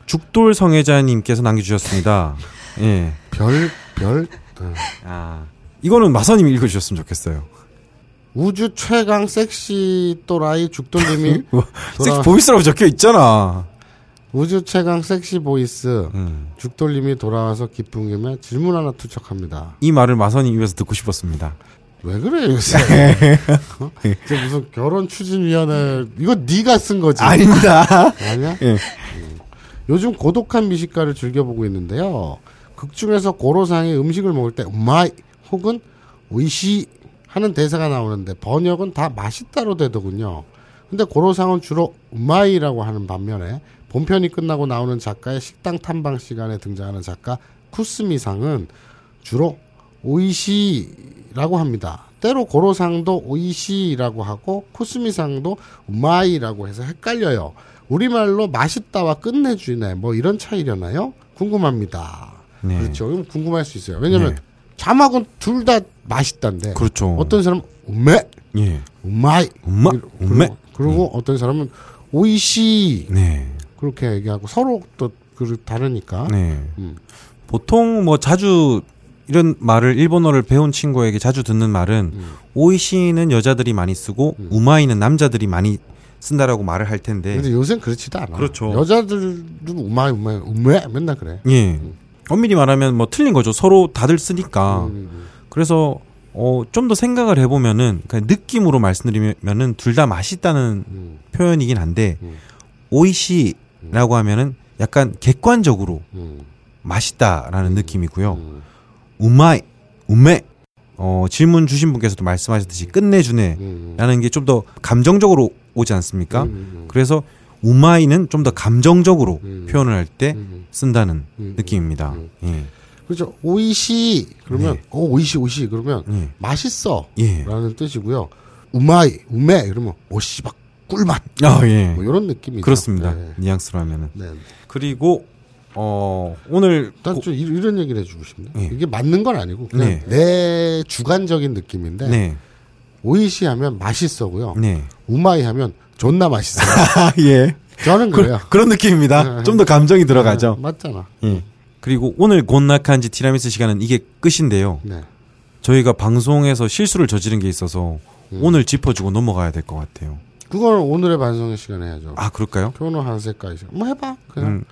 Speaker 4: 죽돌 성애자님께서 남겨주셨습니다. 예.
Speaker 1: 별, 별, 어.
Speaker 4: 아. 이거는 마사님이 읽어주셨으면 좋겠어요.
Speaker 1: 우주 최강 섹시 또라이 죽돌님이
Speaker 4: 섹
Speaker 1: 돌아,
Speaker 4: 보이스라고 적혀 있잖아.
Speaker 1: 우주 최강 섹시 보이스
Speaker 4: 음.
Speaker 1: 죽돌님이 돌아와서 기쁜 김에 질문 하나 투척합니다.
Speaker 4: 이 말을 마선이 입에서 듣고 싶었습니다.
Speaker 1: 왜 그래 요새?
Speaker 4: 네.
Speaker 1: 어? 이게 무슨 결혼 추진위원회 이거 네가 쓴 거지?
Speaker 4: 아닙니다.
Speaker 1: 아니야?
Speaker 4: 예.
Speaker 1: 음. 요즘 고독한 미식가를 즐겨보고 있는데요. 극 중에서 고로상이 음식을 먹을 때 마이 혹은 오이시 하는 대사가 나오는데 번역은 다 맛있다로 되더군요. 근데 고로상은 주로 마이라고 하는 반면에 본편이 끝나고 나오는 작가의 식당 탐방 시간에 등장하는 작가 쿠스미상은 주로 오이시라고 합니다. 때로 고로상도 오이시라고 하고 코스미상도 마이라고 해서 헷갈려요. 우리말로 맛있다와 끝내주네 뭐 이런 차이려나요? 궁금합니다.
Speaker 4: 네.
Speaker 1: 그렇죠. 그럼 궁금할 수 있어요. 왜냐면
Speaker 4: 네.
Speaker 1: 잠하고는 둘 다 맛있단데.
Speaker 4: 그렇죠.
Speaker 1: 네. 어떤 사람 음메
Speaker 4: 예.
Speaker 1: 음마이
Speaker 4: 엄마, 네. 엄마.
Speaker 1: 그리고, 그리고 어떤 사람은 오이시
Speaker 4: 네.
Speaker 1: 그렇게 얘기하고 서로 또 그 다르니까.
Speaker 4: 네.
Speaker 1: 음.
Speaker 4: 보통 뭐 자주 이런 말을 일본어를 배운 친구에게 자주 듣는 말은
Speaker 1: 음.
Speaker 4: 오이시는 여자들이 많이 쓰고 우마이는 남자들이 많이 쓴다라고 말을 할 텐데
Speaker 1: 근데 요새는 음. 그렇지도 않아.
Speaker 4: 네. 그렇죠.
Speaker 1: 여자들도 우마이 우마이 우메 맨날 그래.
Speaker 4: 예. 엄밀히 말하면 뭐 틀린 거죠. 서로 다들
Speaker 1: 음,
Speaker 4: 쓰니까. 그래서 어, 좀 더 생각을 해보면은 그냥 느낌으로 말씀드리면은 둘 다 맛있다는
Speaker 1: 음.
Speaker 4: 표현이긴 한데
Speaker 1: 음.
Speaker 4: 오이시라고 하면은 약간 객관적으로
Speaker 1: 음.
Speaker 4: 맛있다라는 느낌이고요.
Speaker 1: 음.
Speaker 4: 우마이, 우메. 어, 질문 주신 분께서도 말씀하셨듯이 끝내주네라는
Speaker 1: 음.
Speaker 4: 게 좀 더 감정적으로 오지 않습니까?
Speaker 1: 음.
Speaker 4: 그래서 우마이는 좀 더 감정적으로
Speaker 1: 음.
Speaker 4: 표현을 할 때
Speaker 1: 음.
Speaker 4: 쓴다는
Speaker 1: 음.
Speaker 4: 느낌입니다. 예.
Speaker 1: 그렇죠. 오이시 그러면 어,
Speaker 4: 네.
Speaker 1: 오 오이시 오이시 그러면
Speaker 4: 예. 예.
Speaker 1: 맛있어라는 뜻이고요. 우마이 우메 이러면 오씨박 꿀맛
Speaker 4: 아, 예.
Speaker 1: 뭐 이런 느낌이죠.
Speaker 4: 그렇습니다.
Speaker 1: 네.
Speaker 4: 뉘앙스로 하면은.
Speaker 1: 네.
Speaker 4: 그리고 어, 오늘
Speaker 1: 일단
Speaker 4: 고-
Speaker 1: 좀 이- 이런 얘기를 해주고 싶네.
Speaker 4: 예.
Speaker 1: 이게 맞는 건 아니고 그냥
Speaker 4: 네.
Speaker 1: 내 주관적인 느낌인데
Speaker 4: 네.
Speaker 1: 오이시 하면 맛있어고요.
Speaker 4: 네.
Speaker 1: 우마이 하면 존나 맛있어.
Speaker 4: 아, 예.
Speaker 1: 저는 그래요. 네.
Speaker 4: 그, 런 느낌입니다. 좀 더 감정이 들어가죠.
Speaker 1: 맞잖아.
Speaker 4: 예. 그리고 오늘 곤나칸지 티라미수 시간은 이게 끝인데요.
Speaker 1: 네.
Speaker 4: 저희가 방송에서 실수를 저지른 게 있어서
Speaker 1: 음.
Speaker 4: 오늘 짚어주고 넘어가야 될 것 같아요.
Speaker 1: 그거는 오늘의 반성의 시간 해야죠.
Speaker 4: 아 그럴까요?
Speaker 1: 효노 한세까지. 뭐 해봐. 그냥.
Speaker 4: 음,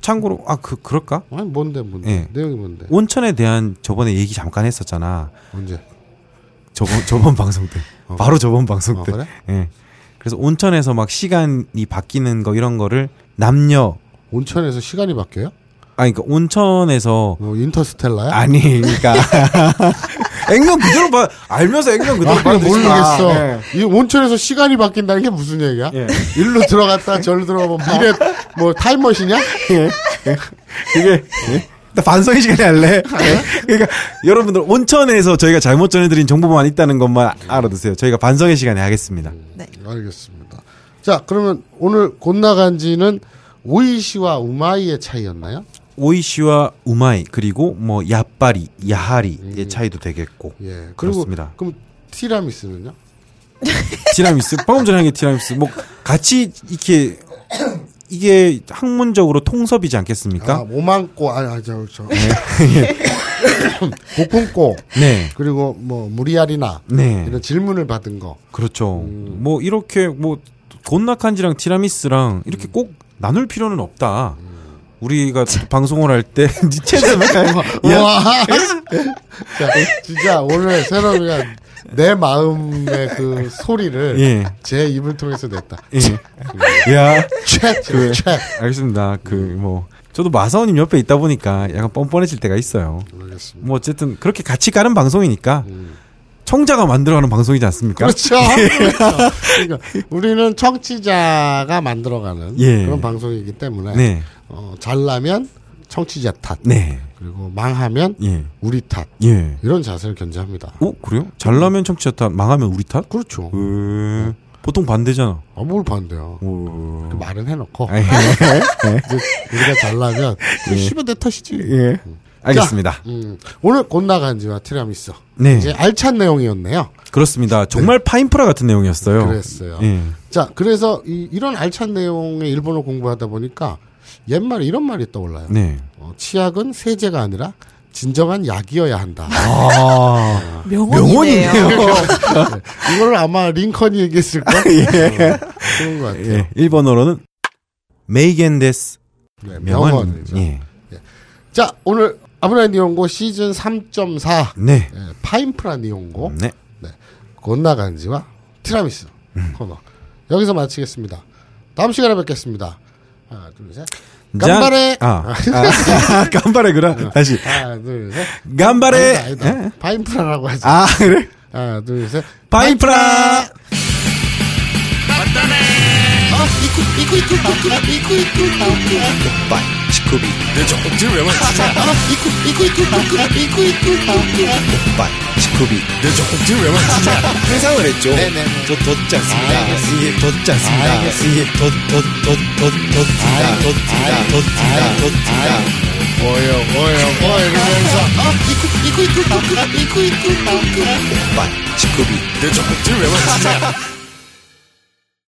Speaker 4: 참고로 아 그 그럴까?
Speaker 1: 아니 뭔데 뭔데.
Speaker 4: 예.
Speaker 1: 내용이 뭔데.
Speaker 4: 온천에 대한 저번에 얘기 잠깐 했었잖아.
Speaker 1: 언제.
Speaker 4: 저번 저번 방송 때 바로 저번 방송
Speaker 1: 어,
Speaker 4: 때.
Speaker 1: 그래?
Speaker 4: 예. 그래서 온천에서 막 시간이 바뀌는 거 이런 거를 남녀
Speaker 1: 온천에서 시간이 바뀌어요?
Speaker 4: 아니 그러니까 온천에서
Speaker 1: 뭐 인터스텔라야?
Speaker 4: 아니 그러니까 액면 그대로 봐 알면서 액면 그대로
Speaker 1: 아,
Speaker 4: 봐도
Speaker 1: 모르겠어.
Speaker 4: 되지. 예.
Speaker 1: 이 온천에서 시간이 바뀐다는 게 무슨 얘기야?
Speaker 4: 예.
Speaker 1: 일로 들어갔다 저로 들어가면 미래 뭐 타임머신이야?
Speaker 4: 예. 이게 예? 나 반성의 시간이 할래. 그러니까 여러분들 온천에서 저희가 잘못 전해드린 정보만 있다는 것만 알아두세요. 저희가 반성의 시간에 하겠습니다.
Speaker 1: 알겠습니다. 자, 그러면 오늘 곤나간지는 오이시와 우마이의 차이였나요?
Speaker 4: 오이시와 우마이 그리고 뭐 야빠리, 야하리의 차이도 되겠고.
Speaker 1: 예. 그리고
Speaker 4: 그렇습니다.
Speaker 1: 그럼 티라미스는요?
Speaker 4: 티라미수 방금 전에 한게 티라미수 뭐 같이 이렇게 이게 학문적으로 통섭이지 않겠습니까?
Speaker 1: 아, 오만꼬 아니 아니 저, 저.
Speaker 4: 예.
Speaker 1: 복분꼬
Speaker 4: 네.
Speaker 1: 그리고 뭐 무리알이나
Speaker 4: 네.
Speaker 1: 뭐 이런 음. 질문을 받은 거.
Speaker 4: 그렇죠. 뭐 이렇게 뭐 곤나칸지랑 티라미스랑 이렇게 꼭 나눌 필요는 없다. 우리가 방송을 할때 니체는 예?
Speaker 1: 와. 자, 진짜 오늘 새로미가 내 마음의 그 소리를
Speaker 4: 예.
Speaker 1: 제 입을 통해서 냈다.
Speaker 4: 예. 야.
Speaker 1: 책,
Speaker 4: 그
Speaker 1: 책.
Speaker 4: 알겠습니다. 그 뭐 저도 마사오님 옆에 있다 보니까 약간 뻔뻔해질 때가 있어요.
Speaker 1: 알겠습니다. 음.
Speaker 4: 뭐 어쨌든 그렇게 같이 가는 방송이니까 청자가 만들어가는 방송이지 않습니까?
Speaker 1: 그렇죠. 그렇죠. 그러니까 우리는 청취자가 만들어가는
Speaker 4: 예.
Speaker 1: 그런 방송이기 때문에
Speaker 4: 네.
Speaker 1: 어, 잘나면 청취자 탓,
Speaker 4: 네.
Speaker 1: 그리고 망하면
Speaker 4: 예.
Speaker 1: 우리 탓
Speaker 4: 예.
Speaker 1: 이런 자세를 견제합니다.
Speaker 4: 어 그래요? 잘나면 청취자 탓, 망하면 우리 탓?
Speaker 1: 그렇죠.
Speaker 4: 에, 보통 반대잖아.
Speaker 1: 아, 뭘 반대요?
Speaker 4: 오.
Speaker 1: 그 말은 해놓고
Speaker 4: 아이,
Speaker 1: 이제 우리가 잘나면 그 씨발 내 탓이지.
Speaker 4: 예. 알겠습니다.
Speaker 1: 음, 오늘 곤나간지와 티라미수
Speaker 4: 네.
Speaker 1: 이제 알찬 내용이었네요.
Speaker 4: 그렇습니다. 정말 파인프라 같은 내용이었어요.
Speaker 1: 그랬어요.
Speaker 4: 예.
Speaker 1: 자, 그래서 이, 이런 알찬 내용의 일본어 공부하다 보니까 옛말에 이런 말이 떠올라요.
Speaker 4: 네.
Speaker 1: 어, 치약은 세제가 아니라 진정한 약이어야 한다. 어.
Speaker 4: 아.
Speaker 3: 명언이네요.
Speaker 1: 이걸 아마 링컨이 얘기했을 거. 예. 그런 것 같아요.
Speaker 4: 예. 일본어로는 메이겐데스
Speaker 1: 네, 명언이죠.
Speaker 4: 명언. 예.
Speaker 1: 자, 오늘 아브라인 니온고 시즌 3.4
Speaker 4: 네.
Speaker 1: 예, 파인프라 니온고
Speaker 4: 네.
Speaker 1: 곤나간지와 티라미수
Speaker 4: 음.
Speaker 1: 코너 여기서 마치겠습니다. 다음 시간에 뵙겠습니다. 하나 둘 셋. 간발의-
Speaker 4: 아. 아. 간발의 그라. 다시.
Speaker 1: 하나 둘 셋.
Speaker 4: 간발의
Speaker 1: 아니다, 아니다. 파인프라라고 하지.
Speaker 4: 예? 아, 그래?
Speaker 1: 하나 둘 셋.
Speaker 4: 파인프라.
Speaker 1: 이쿠 이쿠 이쿠 이쿠 이쿠 이쿠 이쿠.
Speaker 7: 빠이
Speaker 4: 스쿠비 내 정지를 왜 맞추냐 오빠 스쿠비 내 정지를 왜 맞추냐 회상을 했죠
Speaker 8: 네네네.
Speaker 4: 더 덧지 않습니다 이게 덧지 않습니다
Speaker 8: 알겠습니다.
Speaker 4: 이게 덧덧덧덧덧덧다 덧다 덧다 덧다
Speaker 8: 뭐예요, 뭐예요, 뭐예요, 이러면서.
Speaker 4: 오빠 스쿠비 내 정지를 왜 맞추냐